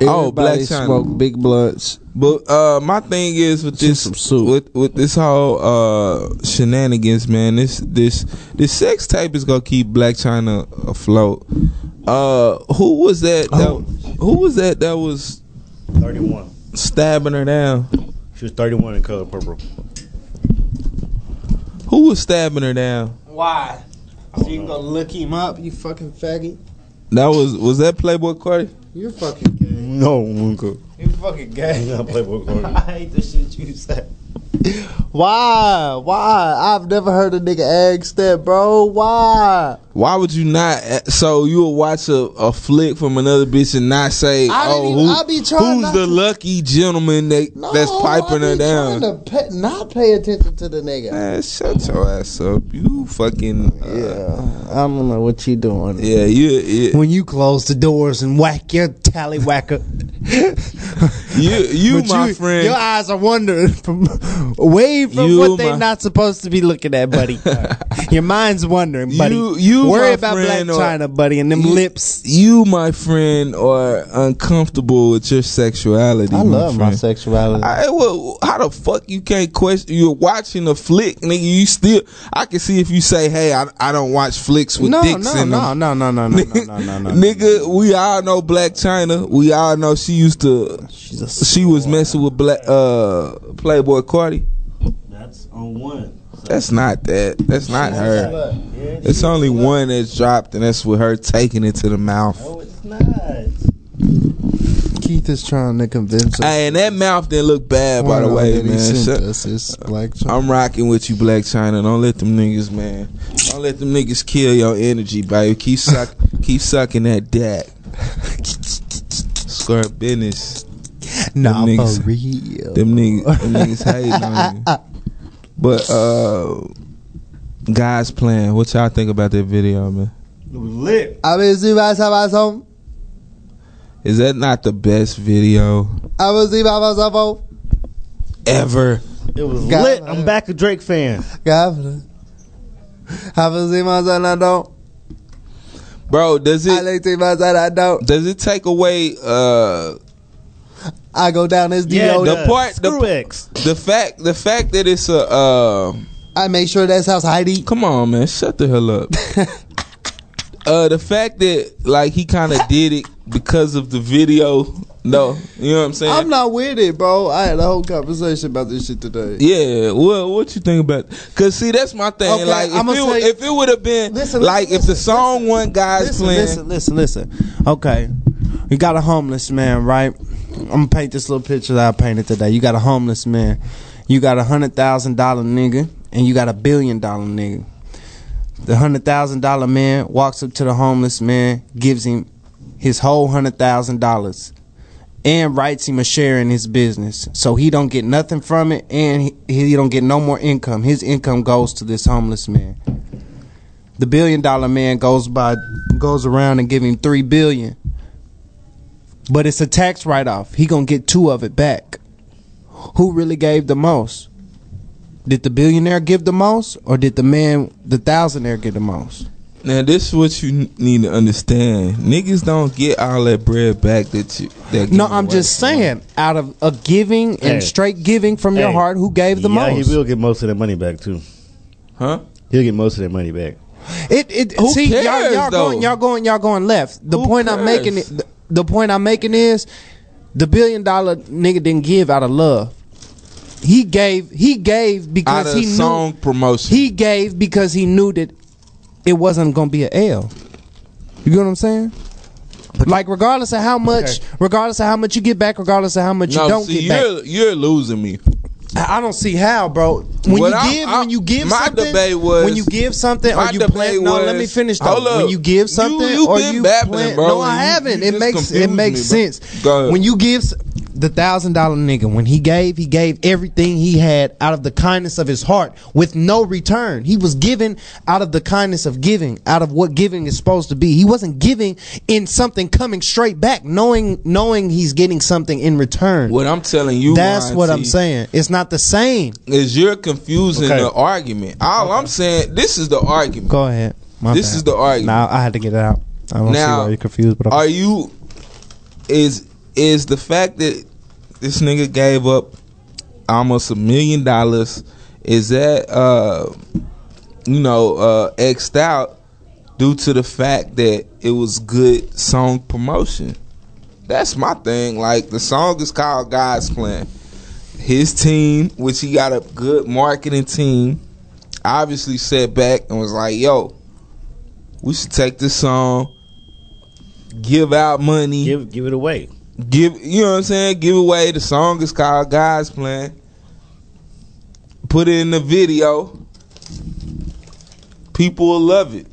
Oh, Black Everybody China. smoked big blunts. But uh, my thing is with Shoot this some soup. with with this whole uh, shenanigans, man. This this this sex tape is gonna keep Black China afloat. Uh, who was that? that Oh. Who was that? That was 31. stabbing her down. She was 31 in color purple. Who was stabbing her down? Why? So you gonna look him up, you fucking faggot? That was was that Playboy Cardi? You're fucking gay. No, Munko. You're fucking gay. I play with I hate the shit you say. Why? Why? I've never heard a nigga ask that, bro. Why? Why would you not? uh, So you will watch a, a flick from another bitch and not say, I didn't "Oh, even- who- I be trying who's not the to- lucky gentleman that No, that's piping I her be down"? Oh, trying to pe- not pay attention to the nigga. Man, shut your ass up. You fucking. Uh, Yeah, I don't know what you doing. yeah. you, you, When you close the doors and whack your tallywhacker, you, you But my you- friend. Your eyes are wandering from away from You what they're my- not supposed to be looking at, buddy. your mind's wandering, buddy. You- you my worry about Black friend, or- China, buddy, and them You- lips. you, my friend, are uncomfortable with your sexuality. I love my friend. sexuality. I, well, how the fuck you can't question? You're watching a flick, nigga. You still, I can see if you say, "Hey, I, I don't watch flicks with No, no, dicks no, in no, them." no, no, no, no, no, no, no. Nigga, we all know Black China. We all know she used to. She's a She was messing with Black uh, Playboy Cardi. That's on one. That's not that. That's not her. It's only one that's dropped, and that's with her taking it to the mouth. No, it's not. Keith is trying to convince us. Hey, and that mouth didn't look bad, by the Porno way, that he man. sent Shut- us is black China. I'm rocking with you, Black China. Don't let them niggas, man. Don't let them niggas kill your energy, baby. Keep suck, keep sucking that dick. Squirt business. nah, Them for niggas- real. Them niggas, them niggas hating on you. But uh, Guys playing. What y'all think about that video, man? Lit. I will see myself at home. Is that not the best video I will see myself home. ever? It was God. lit. I'm back a Drake fan. Goblin. I will see myself at home. Bro, does I it like see myself at home. does it take away uh I go down this Yeah, DO. it the does. part the, Screw X. the fact the fact that it's a uh I make sure that's house Heidi. Come on, man. Shut the hell up. uh, the fact that like he kind of did it because of the video. No, you know what I'm saying. I'm not with it, bro. I had a whole conversation about this shit today. yeah. Well, what you think about? Cause see, that's my thing. Okay, like, if I'ma it, tell you- if it would have been Listen, like listen, if the song one guy's listen, playing, listen, listen, listen. Okay, you got a homeless man, right? I'm gonna paint this little picture that I painted today. You got a homeless man. You got a hundred thousand dollar nigga, and you got a billion dollar nigga. The hundred thousand dollar man walks up to the homeless man, gives him his whole hundred thousand dollars, and writes him a share in his business, so he don't get nothing from it, and he, he don't get no more income. His income goes to this homeless man the billion dollar man goes by goes around and give him three billion but it's a tax write-off he gonna get two of it back who really gave the most did the billionaire give the most or did the man the thousandaire give the most now this is what you n- need to understand. Niggas don't get all that bread back that you. That no give i'm away. just saying out of a giving and Hey. straight giving from your Hey. heart who gave the yeah, most he will get most of that money back too. huh? He'll get most of that money back. It it Who see y'all cares, y'all though? going y'all going y'all going left. The Who point I'm cares? making the, the point I'm making is the billion dollar nigga didn't give out of love. He gave he gave Out because of he song knew promotion. he gave because he knew that it wasn't gonna be an L. You get what I'm saying? like regardless of how much, regardless of how much you get back, regardless of how much no, you don't see, get back, you're you're losing me. I I don't see how, bro. When What you I- give, I- when you give my something, debate was- when you give something, my or you debate plan. No, let was- me finish though. Hold up. When you give You- something, you or been you babbling, plan. bro. No, I You- haven't. you it just makes it confused makes me, bro. sense. Go ahead. When you give s- the thousand dollar nigga, when he gave, he gave everything he had out of the kindness of his heart with no return. He was giving out of the kindness of giving, out of what giving is supposed to be. He wasn't giving in something coming straight back, knowing knowing he's getting something in return. What I'm telling you, That's what I'm Monty, saying. It's not the same. Is you're confusing Okay. the argument. All I'm saying, this is the argument. Go ahead. My This bad. is the argument. Nah, I had to get it out. I don't see Now, why you're confused, but Are I'm, you is is the fact that this nigga gave up almost a million dollars is that uh you know uh xed out due to the fact that it was good song promotion? That's my thing. Like the song is called God's Plan. His team, which he got a good marketing team, obviously sat back and was like, "Yo, we should take this song, give out money, give, Give give it away. you know what I'm saying, give away." The song is called God's Plan. Put it in the video. People will love it.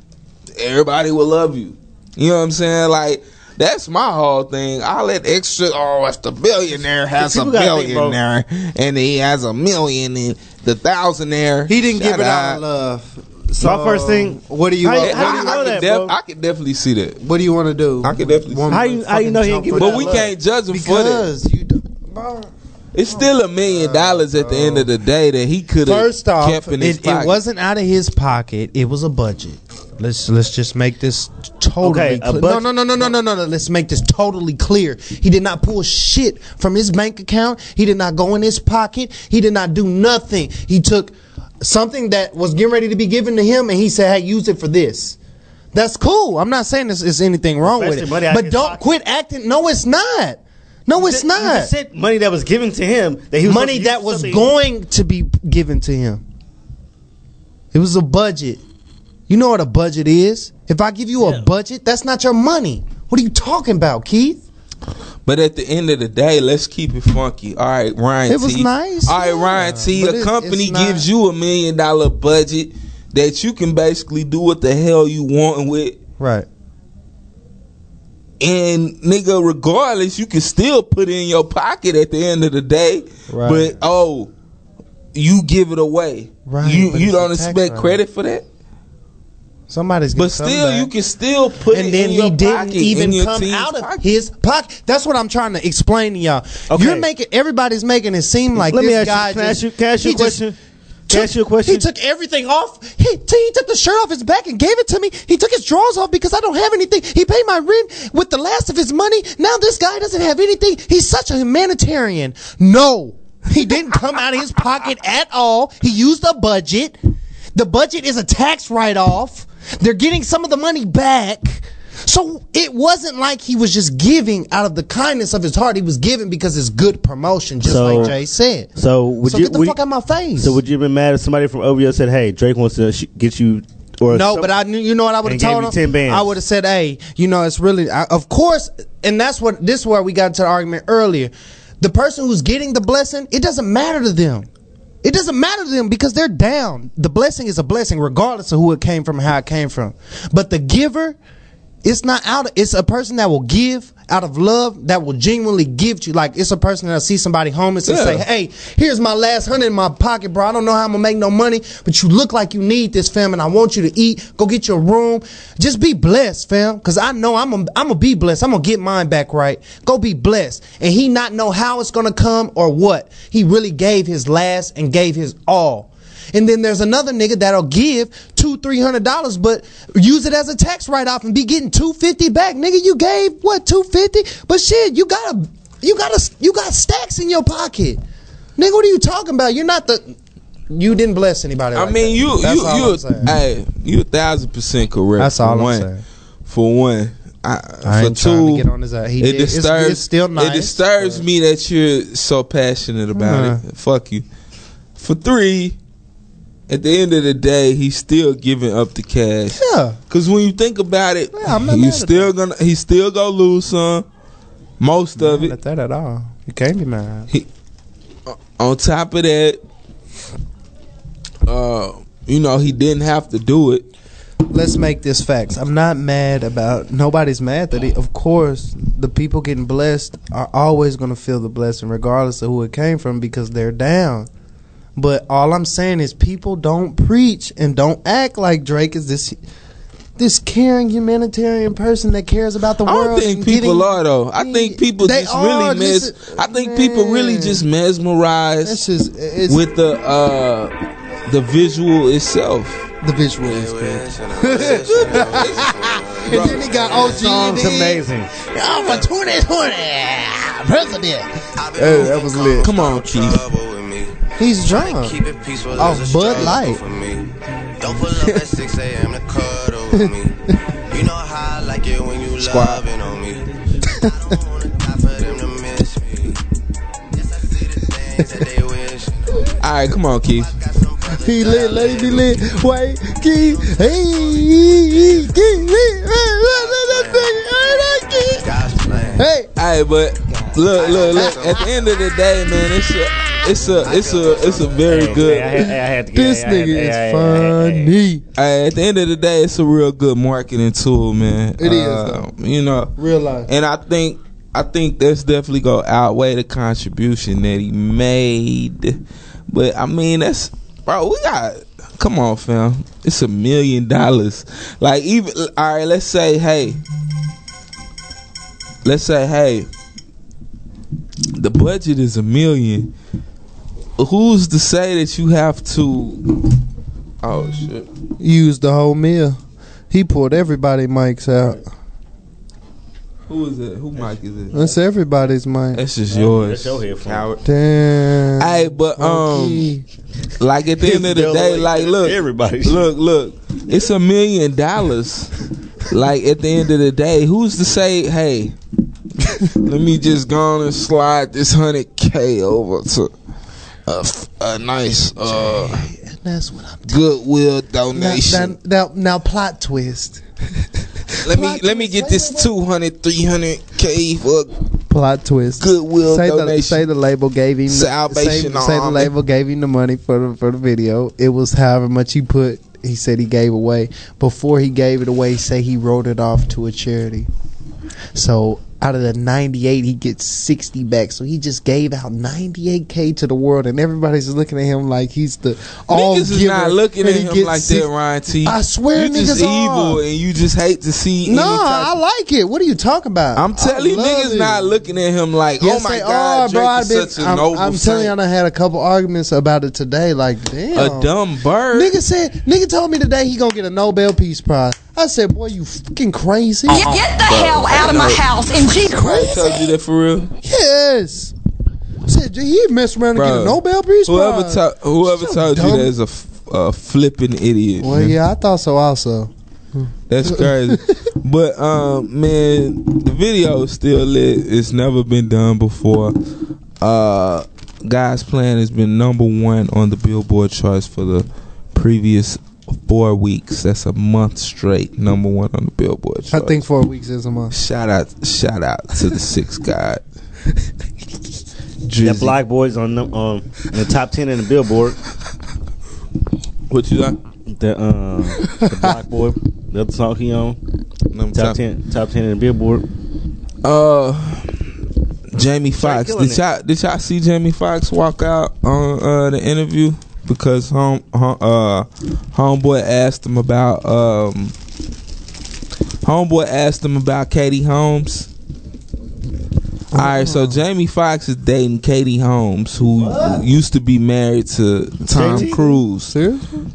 Everybody will love you. You know what I'm saying? Like that's my whole thing. I let extra. Oh, if the billionaire has a People gotta think, bro. billionaire and he has a million, and the thousandaire He didn't give Shut it out up. of love. So, first thing- what do you How want? you- what, how do you you, know I, that, can def- bro. I can definitely see that. what do you want to do? I can definitely see One that. How you- how you fucking know he didn't jump give for it that But we love? can't judge him for that. because you. d- Bro. Oh, It's still a million dollars at the end of the day that he could have first off, kept in his it, it wasn't out of his pocket. It was a budget. Let's let's just make this totally Okay, a clear. No, budget- no, no, no, no, no, no, no. Let's make this totally clear. He did not pull shit from his bank account. He did not go in his pocket. He did not do nothing. He took something that was getting ready to be given to him, and he said, "Hey, use it for this." That's cool. I'm not saying there's, there's anything wrong with Especially it, money out of but his don't pocket. quit acting. No, it's not. No, it's You not just said money that was given to him. That he was money supposed to that use was something- going to be given to him. It was a budget. You know what a budget is? If I give you a budget, that's not your money. What are you talking about, Keith? But at the end of the day, let's keep it funky. All right, Ryan. It was T. nice, All right, yeah, Ryan T. but A it- company it's not- gives you a million dollar budget that you can basically do what the hell you want with. Right. And nigga, regardless, you can still put it in your pocket at the end of the day. Right. But oh, you give it away. Right, You but you it's a don't tax expect write-off. credit for that. Somebody's But still, you can still put and it then in your he didn't pocket, even in your come team's out of pocket. his pocket. That's what I'm trying to explain to y'all. You're making everybody's making it seem like Let this me ask guy you. Can I ask just- you, can I ask you he a just question? took- Can I ask you a question? He took everything off. He, he took the shirt off his back and gave it to me. He took his drawers off because I don't have anything. He paid my rent with the last of his money. Now this guy doesn't have anything. He's such a humanitarian. No, he didn't come out of his pocket at all. He used a budget. The budget is a tax write off. They're getting some of the money back. So it wasn't like he was just giving out of the kindness of his heart. He was giving because it's good promotion, just like Jay said. So would So you get the would fuck you- out my face. So would you have been mad if somebody from OVO said, "Hey, Drake wants to sh- get you"? Or No, some- but I knew. You know what I would have And gave told you 10 him. bands. I would have said, "Hey, you know, it's really, I, of course." And that's what this is where we got into the argument earlier. The person who's getting the blessing, it doesn't matter to them. It doesn't matter to them because they're down. The blessing is a blessing, regardless of who it came from, how it came from. But the giver, it's not out. Of, it's a person that will give out of love, that will genuinely give to you. Like it's a person that'll see somebody homeless and Yeah. say, "Hey, here's my last hundred in my pocket, bro. I don't know how I'm gonna make no money, but you look like you need this, fam, and I want you to eat. Go get your room. Just be blessed, fam, cause I know I'm gonna I'm gonna be blessed. I'm gonna get mine back right. Go be blessed. And he not know how it's gonna come or what. He really gave his last and gave his all. And then there's another nigga that'll give two, three hundred dollars, but use it as a tax write off and be getting two fifty back. Nigga, you gave what two fifty? But shit, you got a, you got a, you got stacks in your pocket. Nigga, what are you talking about? You're not the, you didn't bless anybody. I like mean, that. you That's all I'm you saying. you hey, you a thousand percent correct. That's for all I'm one, saying. For one, I, I for ain't two, trying to get on his ass. He it did- it's- disturbs. it's still nice, it disturbs me that you're so passionate about Uh-huh. it. Fuck you. For three, at the end of the day, he's still giving up the cash. Yeah. Cause when you think about it, Yeah, I'm not mad he's at still gonna he's still gonna lose some, most of it. Not that at all. You can't be mad. He, uh, on top of that, uh, you know, he didn't have to do it. let's make this facts. I'm not mad about nobody's mad that he, of course the people getting blessed are always going to feel the blessing regardless of who it came from because they're down. But all I'm saying is people don't preach and don't act like Drake is this this caring humanitarian person that cares about the I world. don't think and people getting- are though. I think people They just are. really mes- This is- I think people really Man. just mesmerized This is it's with the uh the visual itself. the visual is crazy. and then he got OG. song's amazing. I'm a 2020 president. Hey, that was lit. Come on, Keith. He's drunk. Oh, Off Bud Light. For me. Don't pull up at 6 a.m. to cuddle with me. You know how I like it when you Squad. loving on me. I don't wanna die for them to miss me. Yes, I see the things that they wish. All right, come on, Keith. He lit, let me lit. Wait, keep, hey, keep lit. God's plan. Hey, Hey, but look, look, look. At the end of the day, man, it's a, it's a, it's a, it's a very Hey, I had, hey, good. I had to get this hey, I had- nigga hey, I is had- funny. Hey, at the end of the day, it's a real good marketing tool, man. It is, Uh, you know. Real life. And I think I think that's definitely gonna outweigh the contribution that he made. But I mean, that's bro. We got come on, fam. It's a million dollars. Like even all right. Let's say hey. Let's say hey. The budget is a million. Who's to say that you have to? Oh shit. Used the whole meal. He pulled everybody mics out. Who is it? Who mic is it? That's everybody's mic. That's just yours. That's your headphone. Coward. Damn. Hey, Mm, but um, Low-key. like at the end of the day, like look, Everybody. look, look, it's a million dollars. Like at the end of the day, who's to say, hey, let me just go on and slide this hundred k over to a, f- a nice uh That's what I'm. goodwill Now, donation. now, now, now plot twist. let me let me get this 200 300 k for Plot twist. goodwill say the, donation. say the label gave him Salvation say, say the Army. label gave him the money for the for the video. It was however much he put. He said he gave away before he gave it away. Say he wrote it off to a charity. So out of the 98, he gets 60 back. So he just gave out 98K to the world, and everybody's looking at him like he's the all niggas is giver, not looking and at he him gets like 60 that, Ryan T. I swear you niggas just evil are. and you just hate to see. any No, type I like it. What are you talking about? I'm telling you, I love niggas it. not looking at him like, oh Yes, my they god, are, Drake bro. I've is been- such a I'm, noble I'm saint. telling y'all, I had a couple arguments about it today. Like, damn, A dumb bird. Nigga said, nigga told me today he gonna get a Nobel Peace Prize. I said, boy, you fucking crazy. Get- get the hell out of my house and get I told you that for real. Yes. Said he messed around and get Bro, a Nobel Peace Whoever Prize. to- whoever told you dumb. that is a, f- a flipping idiot. well, man. yeah, I thought so also. That's crazy. but um man, the video is still lit. It's never been done before. Uh God's plan has been number one on the Billboard charts for the previous four weeks. That's a month straight, number one on the Billboard I charts. think four weeks is a month. shout out shout out to the six god. That Drizzy. Black Boys on the, um, in the top ten in the Billboard. What you like? The um, the Black Boy, that song he on. Number top top- ten, top ten in the Billboard. Uh Jamie Foxx. killing Did it. y'all did y'all see Jamie Foxx walk out on uh, the interview because home, home uh homeboy asked him about um homeboy asked him about Katie Holmes. All right, so Uh-huh. Jamie Foxx is dating Katie Holmes, who used to be married to Tom Katie? Cruise. Seriously?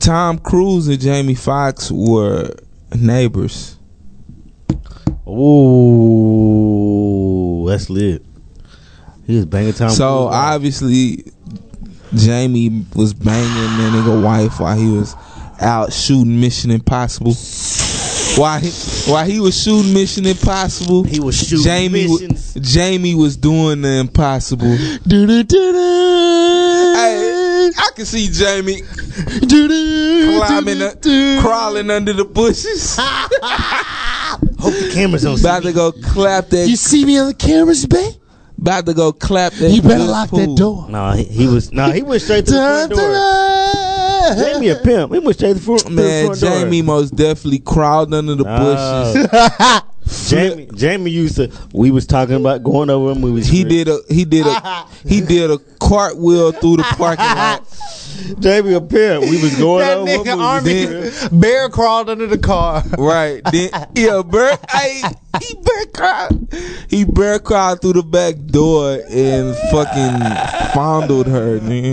Tom Cruise and Jamie Foxx were neighbors. Ooh, that's lit. He was banging time. so obviously, Jamie was banging that nigga wife while he was out shooting Mission Impossible. While he, while he was shooting Mission Impossible, he was shooting Jamie. wa- missions. Jamie was doing the impossible. Hey, I can see Jamie climbing, up, crawling under the bushes. hope the cameras don't About to go clap that. You see me on the cameras, babe? About to go clap that. You better pool. lock that door. Nah, he, he was. Nah, he went straight to the front door. Jamie a pimp. He went straight to the front, to the Man, front door. Jamie most definitely crawled under the Ah. bushes. Jamie, Jamie used to. We was talking about going over a movie. He script. did a he did a he did a cartwheel through the parking lot. Jamie a pimp. We was going That over. a nigga movie Army script. bear crawled under the car. Right. Then yeah, Bert I he bear cried he bear cried through the back door and fucking fondled her, man.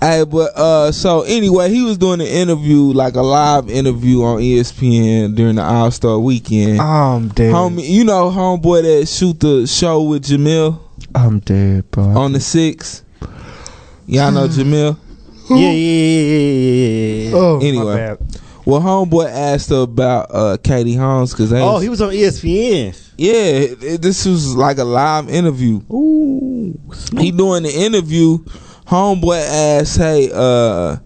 hey, but uh so anyway, he was doing an interview, like a live interview on E ESPN during the All Star weekend. I'm dead. Homie, you know homeboy that shoot the show with Jamil I'm dead, bro. on the six. Y'all know Jamil. Yeah, yeah, yeah, yeah, yeah, yeah. Oh, my Anyway. bad. Well, homeboy asked her about uh, Katie Holmes because they Oh, was- he was on ESPN. yeah, it- it- this was like a live interview. Ooh, He doing the interview. Homeboy asked, "Hey, uh,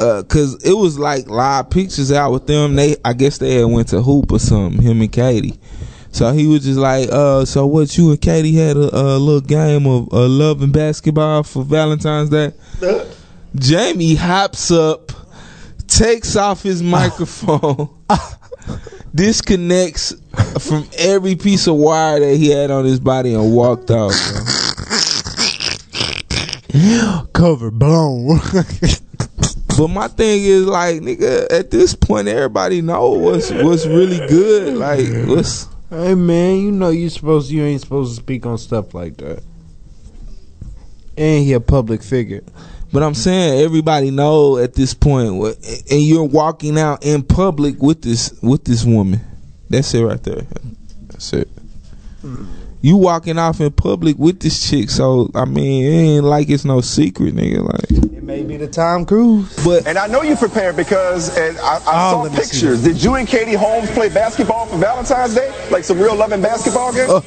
uh, cause it was like live pictures out with them. They, I guess they had went to hoop or something. Him and Katie." So he was just like, uh, so what? You and Katie had a, a little game of uh, love and basketball for Valentine's Day. Jamie hops up, takes off his microphone, disconnects from every piece of wire that he had on his body, and walked off. bro. Cover blown. But my thing is like, nigga, at this point, everybody know what's what's really good. Like, what's Hey man, you know you supposed you ain't supposed to speak on stuff like that. And he a public figure. but I'm saying everybody know at this point, what, and you're walking out in public with this with this woman. That's it right there. That's it. You walking off in public with this chick, so I mean, it ain't like it's no secret, nigga. Like, It may be the Tom Cruise. but And I know you prepared because and I, Oh, I let saw me see. pictures. Did you and Katie Holmes play basketball for Valentine's Day? Like some real loving basketball game? Oh.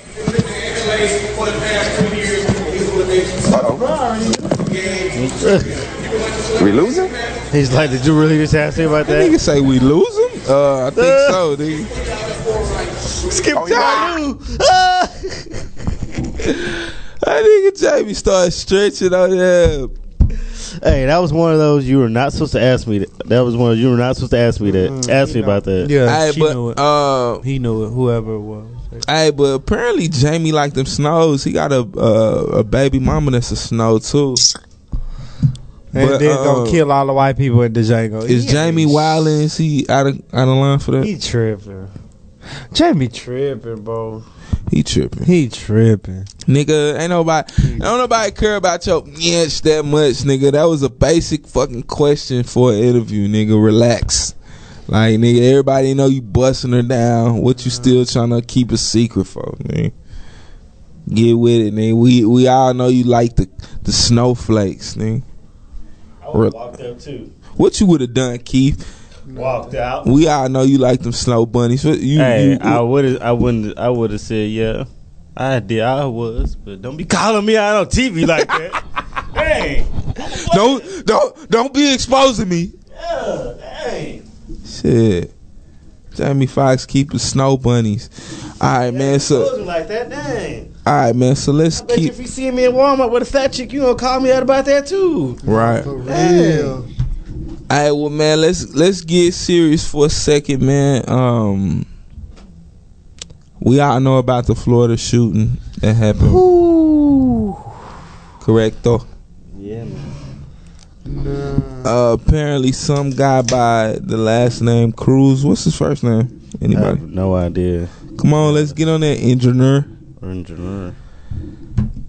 Uh-oh. We losing? He's like, did you really just ask me about that that? nigga say we losing? Uh, I think so, nigga. Skip oh, yeah. That nigga Jamie started stretching on there. Hey, that was one of those you were not supposed to ask me. That, that was one of, you were not supposed to ask me that. Mm, ask me about that. Hey, but uh, he knew it. Whoever it was. Hey, but apparently Jamie like them snows. He got a uh, a baby mama that's a snow too. And But, then gonna uh, kill all the white people in Django. Is He- Jamie Wild is he out of out of line for that? He tripping. Jamie tripping, bro. He tripping. He tripping. Nigga, ain't nobody, Hmm. don't nobody care about your inch that much, nigga. That was a basic fucking question for an interview, nigga. Relax, like nigga. Everybody know you busting her down. What you still trying to keep a secret for, nigga? Get with it, nigga. We we all know you like the the snowflakes, nigga. Re- out too. What you would have done, Keith? Walked out. We all know you like them snow bunnies. What- You, hey, you- I would I wouldn't I would have said yeah. I did I was, but don't be calling me out on TV like that. hey, don't don't don't be exposing me. Shit. Jamie Foxx keeping snow bunnies. All right, man. So, like that, dang. all right, man. So let's Bet you keep if you see me in Walmart with a fat chick, you gonna call me out about that too. right. Damn. All right, well, man. Let's let's get serious for a second, man. Um, we all know about the Florida shooting that happened. Correcto. Yeah, man. Uh, apparently, some guy by the last name Cruz. What's his first name? I Anybody? have no idea. Come on, let's get on that engineer. Engineer.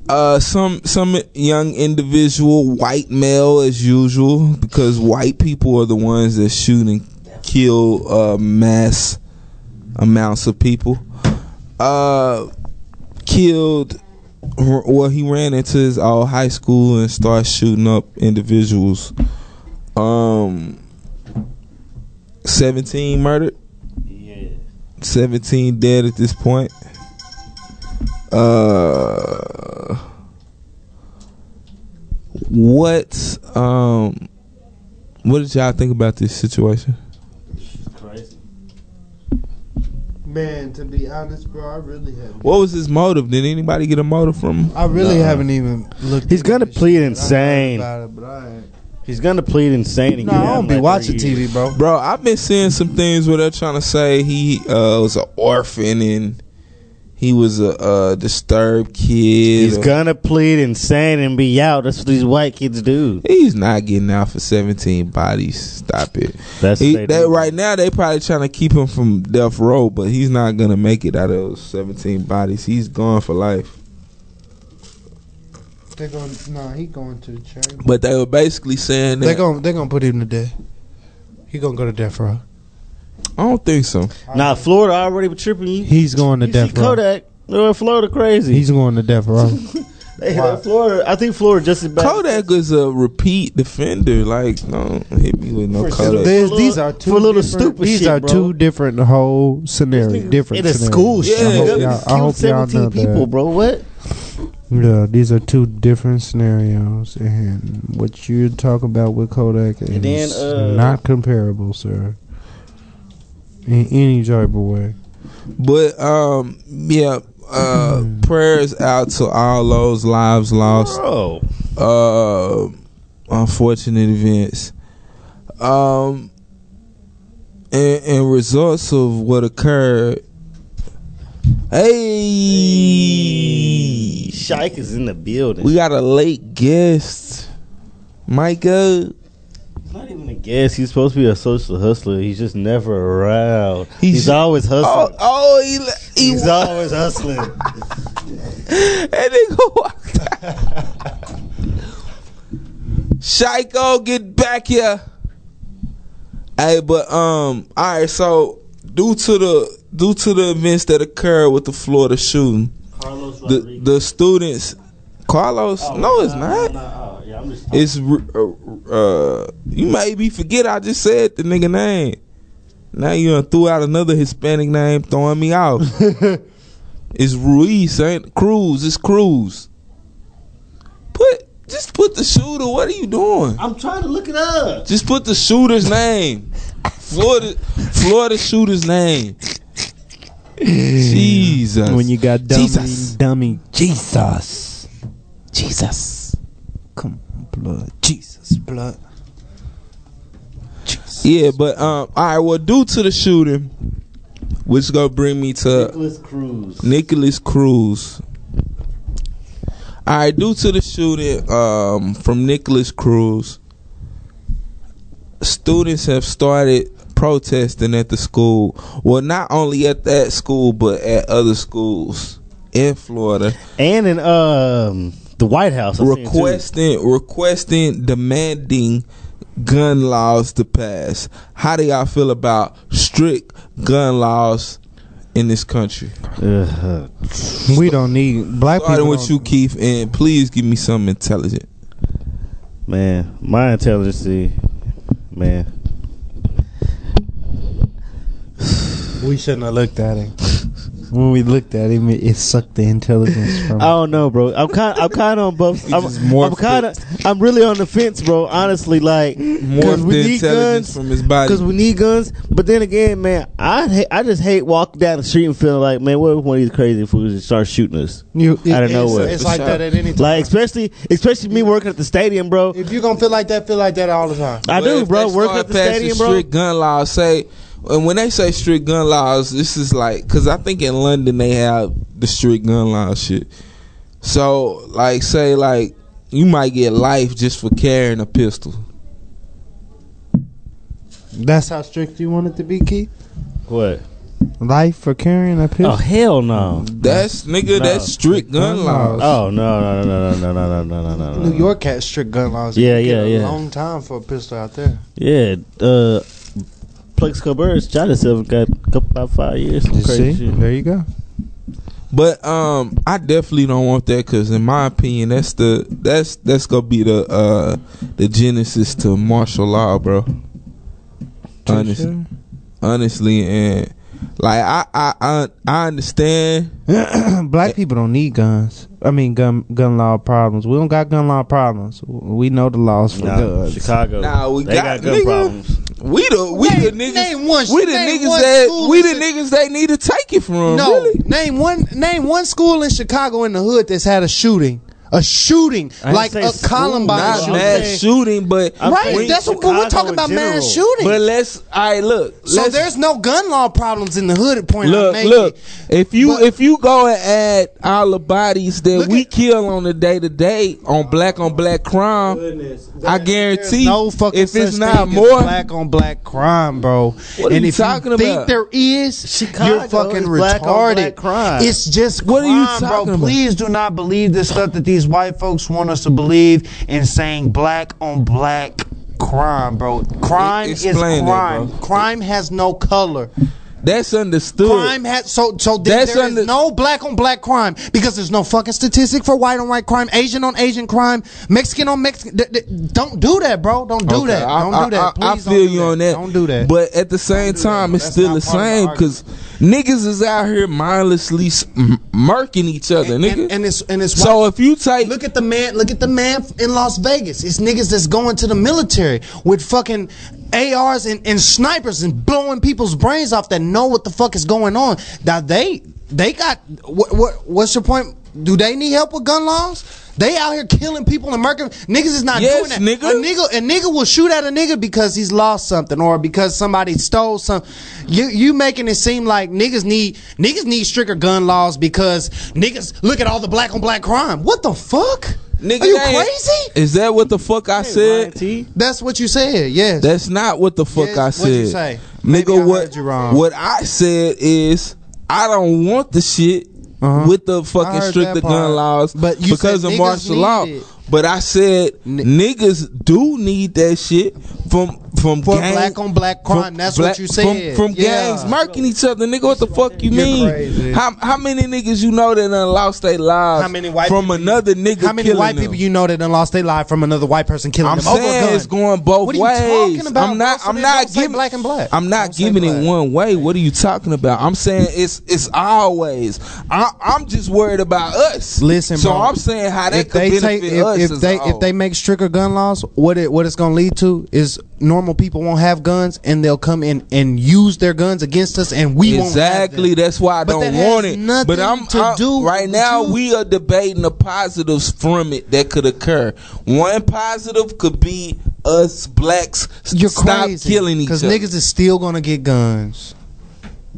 Uh, some some young individual, white male as usual, because white people are the ones that shoot and kill uh, mass amounts of people. Uh, killed. Well, he ran into his old high school and started shooting up individuals. Um, seventeen murdered. Yeah. 17 dead at this point. Uh, what um, what did y'all think about this situation? Crazy. Man, to be honest, bro, I really haven't. What was his motive? Did anybody get a motive from? him? I really Nah. haven't even looked. He's gonna plead Saying. insane. About it, but I ain't. He's gonna plead insane. And No, get I out don't in be like watching three years. TV, bro. Bro, I've been seeing some things where they're trying to say he uh, was an orphan and he was a, uh disturbed kid. He's or- gonna plead insane and be out. That's what these white kids do. He's not getting out for 17 bodies. Stop it. That's He- what they they- do. right now they probably trying to keep him from death row, but he's not gonna make it out of those 17 bodies. He's gone for life. They're going. Nah, he going to the chamber. But they were basically saying that They're going. They're going to put him to death. He going to go to death row. I don't think so. Now Florida already tripping you. He's going to you see death row. Kodak. Lord, Florida crazy. He's going to death row. Hey, uh, Florida. I think Florida just as bad. Kodak is a repeat defender. Like, don't hit me with no For Kodak. sure. There's, For these little- are two for little different- stupid These shit, are bro. two different whole scenario, different in a scenarios. school Yeah, shooting. I that Killed hope y'all, I hope y'all know seventeen people, that. bro. What? Yeah, these are two different scenarios, and what you're talking about with Kodak is And then, uh, not comparable, sir. In any type of way. But um, yeah. Uh, prayers out to all those lives lost. Bro, uh, unfortunate events. Um, and, and results of what occurred. Hey, Shike is in the building. we got a late guest, Micah. not even a guest. He's supposed to be a social hustler. He's just never around. He's- He's, always Oh, hustling. oh, he, le- he He's always hustling. that nigga walked out. Shyko, get back here. Hey, but um, all right. So due to the due to the events that occurred with the Florida shooting, Carlos Oh, the the students, Carlos. no, it's not. yeah, I'm just It's r- uh, uh, you maybe forget I just said the nigga name. Now you done threw out another Hispanic name, throwing me off. it's Ruiz, ain't Cruz. It's Cruz. Put just put the shooter. What are you doing? I'm trying to look it up. Just put the shooter's name. Florida, Florida shooter's name. Jesus. when you got dummy, Jesus. dummy, Jesus, Jesus. come on, blood, Jesus blood. Yeah, but um, all right. Well, due to the shooting, which gonna bring me to Nicholas Cruz. Nicholas Cruz. All right, due to the shooting um, from Nicholas Cruz, students have started protesting at the school. Well, not only at that school, but at other schools in Florida and in um the White House. I seen it, too. requesting, requesting, demanding gun laws to pass. How do y'all feel about strict gun laws in this country? We don't need black Starting people. with you, Keith, and please give me something intelligent. Man, my intelligence, man. We shouldn't have looked at him. When we looked at him, it, it sucked the intelligence I from. don't know, bro. I'm kind. I'm kind of on both. I'm, morphed I'm kind of. I'm really on the fence, bro. Honestly, like because Morph we the need intelligence guns. from his body. Because we need guns, but then again, man, I ha- I just hate walking down the street and feeling like, man, what if one of these crazy fools just start shooting us You, out of it's- nowhere? it's like that at any time. Like especially, especially me working at the stadium, bro. If you gonna feel like that, feel like that all the time. I But do, if bro. they Working start at the passing stadium, bro. Strict gun laws say, and when they say strict gun laws, this is like because I think in London they have the strict gun laws shit. So like, say like you might get life just for carrying a pistol. That's how strict you want it to be, Keith. What? Life for carrying a pistol. Oh hell no! That's nigga. That's strict gun laws. Oh no no no no no no no no no no. New York had strict gun laws. Yeah, You yeah, get a yeah. Long time for a pistol out there. Yeah, uh, Plexico Burris shot himself. Got a couple- about five years. Some You crazy see? shit. There you go. But um, I definitely don't want that because, in my opinion, that's the that's that's gonna be the uh the genesis to martial law, bro. Honestly, honestly, and like I I I, I understand. Black people don't need guns. I mean, gun gun law problems. We don't got gun law problems. We know the laws for Nah, guns. uh, Chicago. Nah, we they got- got, gun nigga. problems. We the we the niggas name one- we the name niggas one that school we the that's- niggas they need to take it from. No, really. name one name one school in Chicago in the hood that's had a shooting. A shooting I didn't like say a school, Columbine I'm Not saying- shooting. mass shooting, but I'm Right, saying that's what but we're Chicago talking in about. general. Mass shooting. but let's all right look. so let's- there's no gun law problems in the hood. at Point I'm Look, making. look. If you But- if you go and add all the bodies that Look we at- kill on the day to day on black on black crime, I guarantee no fucking if it's such not thing as more, black on black crime, bro. What are and you if talking you about? think there is, Chicago you're fucking is retarded. black on black crime. It's just What are you crime, talking bro. about? Please do not believe this stuff that these white folks want us to believe in saying black on black crime, bro. Crime E- is explain that, crime. bro. crime has no color. that's understood. Crime has so so there- That's there is under- no black on black crime because there's no fucking statistic for white on white crime, Asian on Asian crime, Mexican on Mexican. th- th- don't do that, bro. Don't do Okay, that. I, Don't I- do that. I- I Please feel don't do you that. on that. Don't do that. But at the same time, bro. it's That's still the not part of the same because niggas is out here mindlessly s- m- murking each other, and, nigga. and, and it's and it's white so if you take Look at the man. Look at the man in Las Vegas. It's niggas that's going to the military with fucking ARs and, and snipers and blowing people's brains off that know what the fuck is going on. Now they they got what, what what's your point? Do they need help with gun laws? They out here killing people in America. Niggas is not Yes, doing that. nigga. A nigga a nigga will shoot at a nigga because he's lost something or because somebody stole something. You you making it seem like niggas need niggas need stricter gun laws because niggas look at all the black on black crime. What the fuck? nigga, Are you that ain't- crazy? Is that what the fuck I said? T. That's what you said. Yes. That's not what the fuck Yes, I said. what'd you say? Maybe I Nigga, heard what you wrong. what I said is I don't want the shit Uh-huh. with the I fucking heard stricter that gun part. laws But you because said of niggas martial need law. it. But I said niggas do need that shit from from For gang- black on black crime, that's what you said. From, from Yeah. gangs marking each other, nigga. What the fuck you You're mean? crazy. How how many niggas you know that done lost their lives How many white from people you- another nigga? How many killing white them? people you know that done lost their life from another white person killing I'm them over a saying gun? it's going both What are you ways. talking about, I'm not. bro? So I'm then not don't say giving black and black. I'm not Don't say giving it black. one way. What are you talking about? I'm saying it's it's always. I, I'm just worried about us. Listen, so bro, I'm saying how that if could they benefit take if, us. if as a they whole. if they make stricter gun laws, what it what it's gonna lead to is normal people won't have guns, and they'll come in and use their guns against us, and we won't. have exactly. That's why I But don't that has want it. but nothing I'm to I- do right with now. you. We are debating the positives from it that could occur. One positive could be us blacks You're stop crazy. killing each other. niggas is still gonna get guns.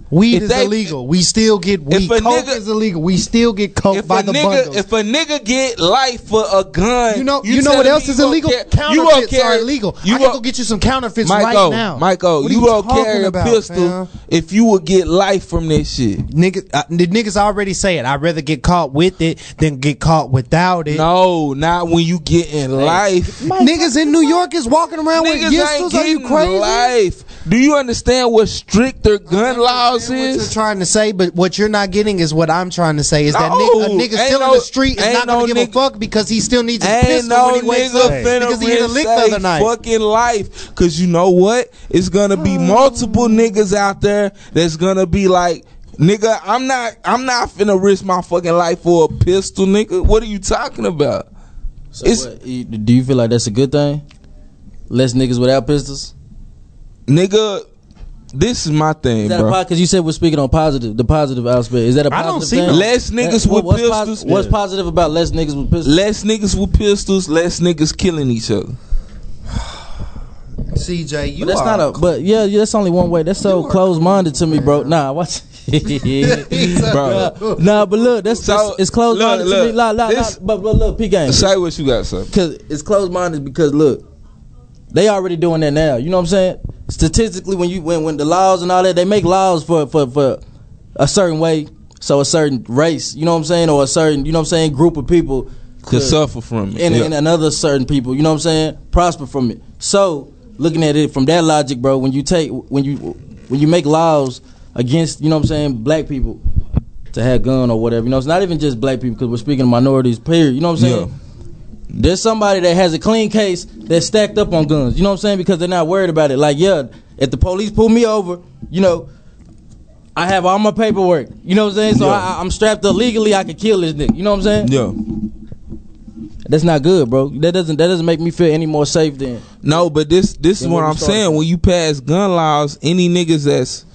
Weed If is they- illegal. We still get weed. if a Coke nigga- is illegal. We still get coke if by a Oh, the nigga, bundles. if a nigga get life for a gun, You know, you, know telling what me else you is gonna illegal? ca- you gonna counterfeits are carry- illegal. You I can gonna- go get you some counterfeits Michael, right now. Michael, What are you, don't talking carry a about, pistol fam? if you would get life from this shit. Niggas, uh, the niggas already say it. I'd rather get caught with it than get caught without it. No, not when you get in life. niggas in New York is walking around with Niggas ain't pistols. Are you getting crazy? life. Do you understand what stricter gun laws What is? you're trying to say, but what you're not getting is what I'm trying to say is that No, nigga, a nigga ain't still no- in the street is ain't not no gonna give nigga- a fuck because he still needs his Ain't pistol no when he wakes nigga up finna because he hit a risk lick the other they night. Oh. fucking life. Cause you know what? It's gonna be multiple niggas out there that's gonna be like, nigga, I'm not, I'm not finna risk my fucking life for a pistol, nigga. What are you talking about? it's Do you feel like that's a good thing? Less niggas without pistols. Nigga, this is my thing, Is that bro. because you said we're speaking on positive, the positive aspect. Is that a I positive don't see thing? Uh, no- Less niggas with what's posi- pistols? what's Yeah. positive about less niggas with pistols? Less niggas with pistols, less niggas killing each other. CJ, you but that's are not a. But yeah, yeah, that's only one way. That's so closed minded to me, bro. Nah, watch. Bro. Nah, but look, that's it's, it's closed minded look, to me. La, la, this- la, but, but look, P game. Say what you got, sir. Cause it's closed minded because look, they already doing that now. You know what I'm saying? Statistically, when you when when the laws and all that, they make laws for for for a certain way, so a certain race. You know what I'm saying, or a certain you know what I'm saying group of people Could suffer from it, and, yeah. and another certain people. You know what I'm saying, prosper from it. So looking at it from that logic, bro, when you take when you when you make laws against you know what I'm saying black people to have gun or whatever. You know, it's not even just black people because we're speaking of minorities. Period. You know what I'm saying? There's somebody that has a clean case that's stacked up on guns. You know what I'm saying? Because they're not worried about it. Like, yeah, if the police pull me over, you know, I have all my paperwork. You know what I'm saying? So I, I'm strapped up legally. I could kill this nigga. You know what I'm saying? Yeah. That's not good, bro. That doesn't that doesn't make me feel any more safe than. No, but this this is Then what where we I'm started saying. from. When you pass gun laws, any niggas that's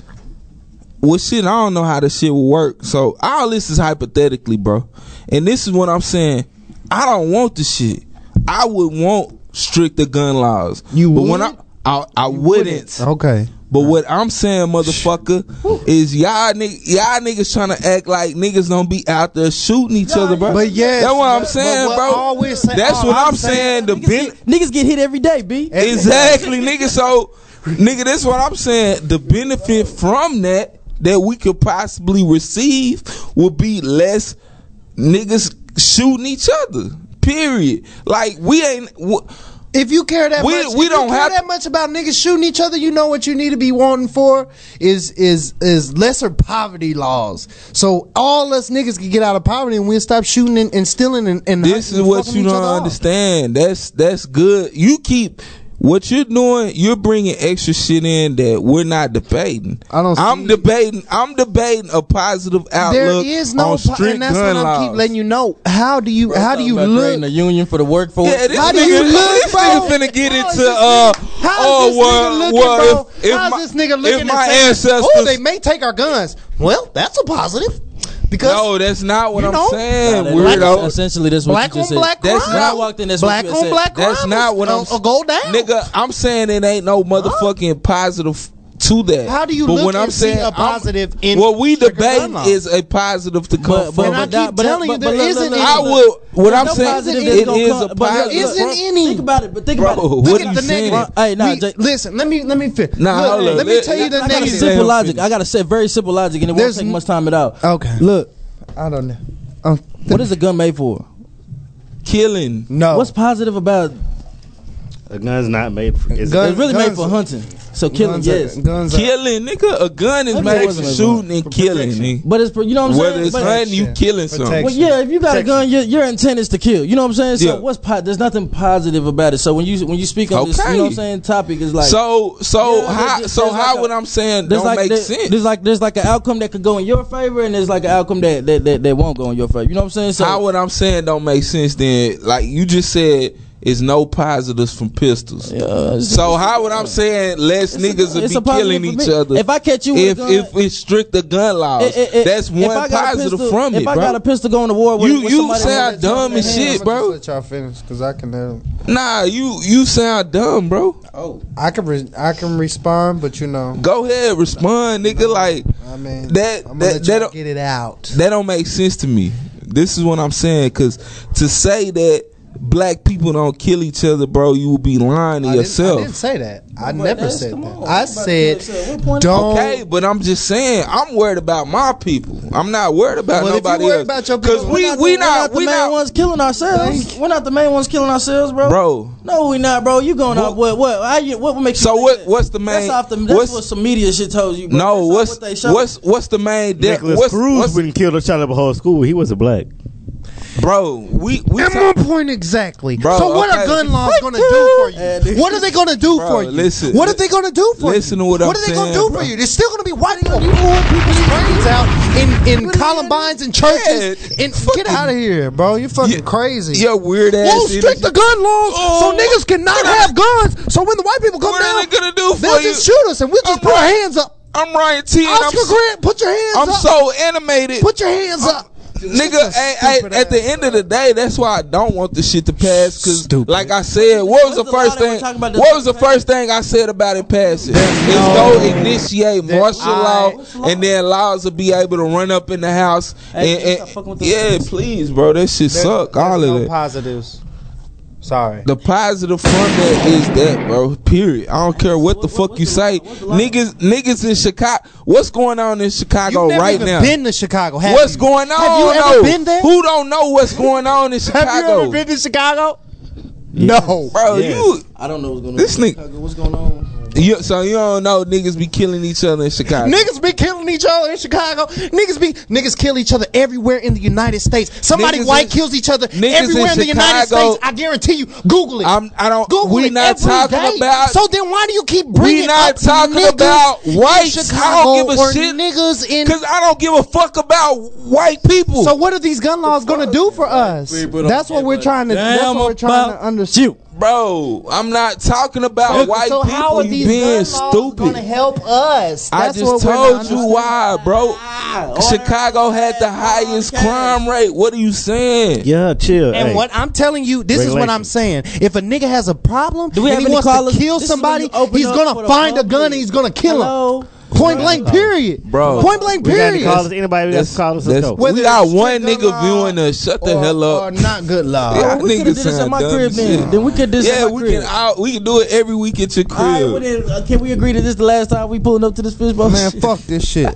well, shit, I don't know how this shit will work. So all this is hypothetically, bro. And this is what I'm saying. I don't want this shit. I would want stricter gun laws. You but when I I, I wouldn't. Oh, Okay. But what I'm saying, motherfucker, is y'all niggas, y'all niggas trying to act like niggas don't be out there shooting each other, bro. But yes, that's what I'm but- saying, but bro. what all we're saying- that's all what I'm, I'm saying. saying- The ben- Niggas get hit every day, b. Exactly, nigga. So, nigga, that's what I'm saying. The benefit from that that we could possibly receive would be less niggas shooting each other. Period. Like we ain't. W- if you care that we, much, we if don't you care have that much about niggas shooting each other. You know what you need to be wanting for is is is lesser poverty laws. So all us niggas can get out of poverty and we'll stop shooting and, and stealing and, and this hurting is and what fucking you each don't other up. understand. That's that's good. You keep what you're doing. You're bringing extra shit in that we're not debating. I don't. I'm debating. I'm debating a positive outlook There is no, on po- strict and that's gun what I laws. keep letting you know. How do you how do you About look? creating a union for the workforce. Yeah, this How nigga, do you look, this bro? nigga finna get into uh, How oh, is this well, nigga looking, well, bro? if, if How is my, this nigga looking if and my saying, ancestors, "Ooh, they may take our guns." Well, that's a positive because no, that's not what You I'm know? saying, Nah, that- weirdo. that's essentially that's what Black you just on said. black That's crime. not walked in, that's what black you on said. black crime. That's not what I'm. A go down. nigga. I'm saying it ain't no motherfucking positive to that. How do you but look when I'm and see saying a I'm- positive in what we strict gun debating law? is a positive to come But- from. but- And it. I keep But- but- telling you, but- there but- isn't but- any. I will. What There's I'm no saying, positive that's it gonna is come- a but look, positive. look, Isn't any- Think about it, but think Bro, about it. what Look are at you the saying? negative. Hey, nah, We- Jay- listen. Let me let me finish. Nah, Look, hold up. let me Let- tell you the I got a negative. simple logic. I gotta say very simple logic, and it There's won't take n- much time at all. Okay. Look, I don't know. what is a gun made for? Killing. No. What's positive about? A gun's not made for. It's Gun- it's really made guns- for hunting. So killing, guns are- yes. guns are- Killing, nigga. A gun is That's made what for it is. shooting and killing. nigga. But it's you know what I'm Whether saying. it's But- hunting, you killing something. Well, yeah, if you got a gun, your, your intent is to kill. You know what I'm saying? So Yeah. what's po- there's nothing positive about it. So when you when you speak on this, you Okay. know what I'm saying? Topic is like so so Yeah, there's how just- so there's how like a- what I'm saying there's don't like make there- sense. There's like there's like an outcome that could go in your favor, and there's like an outcome that that, that, that won't go in your favor. You know what I'm saying? So how what I'm saying don't make sense. Then like you just said, is no positives from pistols. so how what I'm saying, less niggas it's will a be positive killing for each me. other. If I catch you with a if gun- if it's strict the gun laws, Eh, eh, eh, that's if I one got a positive pistol- from if it, I bro. got a pistol going to war with you, with you somebody- sound dumb as shit, bro. Let y'all finish, cause I can. uh, Never, Nah, you you sound dumb, bro. I can. Re- I can respond, but you know. Go ahead, respond, nigga. like I mean, that I'm gonna that, let that y'all don't, get it out. that don't make sense to me. This is what I'm saying, cause to say that black people don't kill each other, bro, you will be lying to I didn't, yourself. I didn't say that. I What, never that's- said come that. on. I What about you said, upset? What point- don't. Okay, but I'm just saying I'm worried about my people. I'm not worried about Well, if you nobody worried else. about your Cause people, we We're we the- we're not the we main not ones killing ourselves. We're not the main ones killing ourselves, bro. bro. No, we not, bro. You going out? What? What? How you, what makes So you? what what's the main That's off the. That's what's- what some media shit told you. Bro. no That's what's not what they showed. what's what's the main de- Nicholas what's, Cruz what's- wouldn't kill or shot up a whole school. He wasn't black. bro we we At one point exactly. Bro, so what okay. are gun laws going to do for you? What are they going to do Bro, for you? listen. what are they going to do for Listen you? to what I'm are they saying, gonna do bro. for you? They're still going to be white people pulling people's brains out in, in columbines and churches. And get out of here, bro! You're fucking crazy. your weird ass We'll shit. strict the gun laws Oh, so niggas cannot have guns. So when the white people come What are down, they gonna do for they'll you? just shoot us and we'll just put our hands up. I'm Ryan T and I'm Oscar so, Grant, put your hands I'm up. so animated. Put your hands up. Nigga, hey, hey, at the end of the day, that's why I don't want this shit to pass. Cause, like I said, what was the a lot first that we're thing? talking about that What was the first thing I said about it passing? It's go initiate martial law, and then laws will be able to run up in the house. and- Hey, stop and- fucking with this yeah, shit. please, bro, that shit suck. All of it. positives. Sorry. The positive from that is that, bro. Period. I don't care what the fuck you say, niggas. Niggas in Chicago. What's going on in Chicago You've never right even now? been to Chicago. Have what's you? going on? Have you ever though? been there? Who don't know what's going on in Chicago? to Chicago? No, bro? Yes. You, I don't know what's going on. This in nigga- Chicago. What's going on? you, so you don't know niggas be killing each other in Chicago. Niggas be killing each other in Chicago. Niggas be niggas kill each other everywhere in the United States. Somebody Niggas white in- kills each other niggas everywhere in in, the United Chicago- States. I guarantee you. Google it. I'm, I don't. Google we it not every talking day. about. So then why do you keep bringing we not up talking niggas about in whites. I Chicago don't give or a shit Niggas in. because I don't give a fuck about white people. So what are these gun laws going to do for us? people That's what we're trying to. That's Damn what we're trying about to understand. Bro, I'm not talking about white so people. how are these you being going to stupid. help us? I That's just what we're told not Ah, you why, bro. Chicago had the highest crime rate. What are you saying? Yeah, chill. And hey. what I'm telling you, this is what I'm saying. If a nigga has a problem we have and he any wants callers? to kill This is when somebody, you open he's up for gonna the find a public. gun and he's gonna kill Hello? him. Point blank, period. Bro. Point blank, We got period. any callers? Anybody that's That's, callers? Let's that's, go. we Whether got it's one strict nigga gun law viewing us. Shut the or- hell Or up. not good law. Y'all we coulda niggas did this at sound my dumb crib as then. shit. Then we could do this Yeah, at my we crib. can. out- we can do it every week at your crib. All right, well then, uh, can we agree to this? The last time we pulling up to this fishbowl, Man, fuck this shit.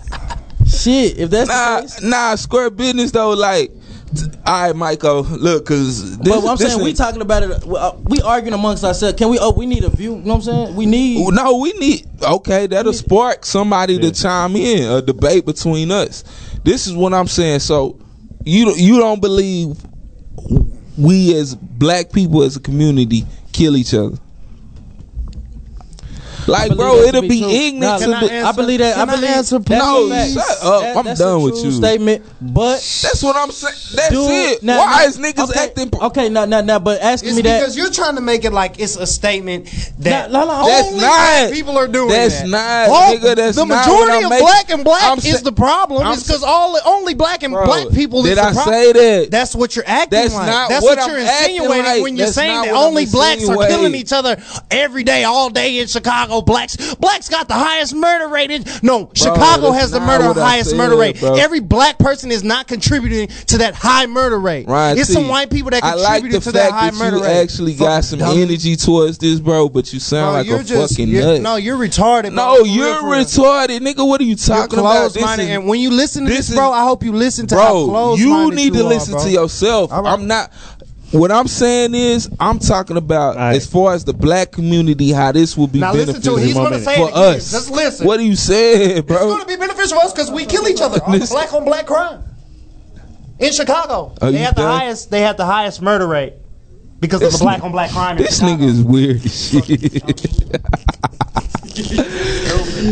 shit. If that's the nah, case, nah. Square business though. Like, t- all right, Michael. Look, cause this. but what I'm this saying we ain't- talking about it. uh, We arguing amongst ourselves. Can we? Oh, we need a view. You know what I'm saying? We need. Ooh, No, we need okay. That'll spark somebody to chime in a debate between us. This is what I'm saying. So you you don't believe we as black people as a community kill each other? I Like, believe bro, that to it'll be be true. ignorant Nah, to the. I believe that. Can I I believe answer, that's a No, fact. shut up. I'm that's done a with true you. Statement, but That's what I'm saying. That's dude, it. now- Why now- is niggas okay, acting? Okay, no, no, no. But asking It's me that. because you're trying to make it like it's a statement that Nah, nah, nah, That's only not. black people are doing That's that. not, All- nigga, that's the not what majority I'm of making- black and black I'm is sa- the problem. I'm It's because all only black and Bro, black people did is the I problem. say that? That's what you're acting That's like. not that's what I'm what, you're acting insinuating like. when you're That's saying not that what I'm only blacks are killing insinuating. each other every day, all day in Chicago. Blacks, blacks got the highest murder rate. In, no, Chicago that's has the not murder what I highest said, murder rate. bro. Every black person is not contributing to that high murder rate. Ryan it's T, some white people that I like contributed the to fact that high that murder you rate. actually Fuck got some dummy. energy towards this, bro. But you sound Bro, like you're a just- fucking you're- nut. No, you're retarded. No, bro, for you're real, for real. retarded, nigga. What are you You're talking about? closed This minded, is- and when you listen to this this, is- bro, I hope you listen to how bro, closed you need to listen to your. yourself. All right. I'm not. What I'm saying is, I'm talking about right. as far as the black community, how this will be Now listen beneficial to it. He's one going to minute. say for it again. us. Just listen. What are you saying, it's bro? going to be beneficial for us because we kill each other. on Listen. black on black crime in Chicago. Are they you have the done? highest. They have the highest murder rate because of the black on black crime. in This Chicago. nigga is weird as shit.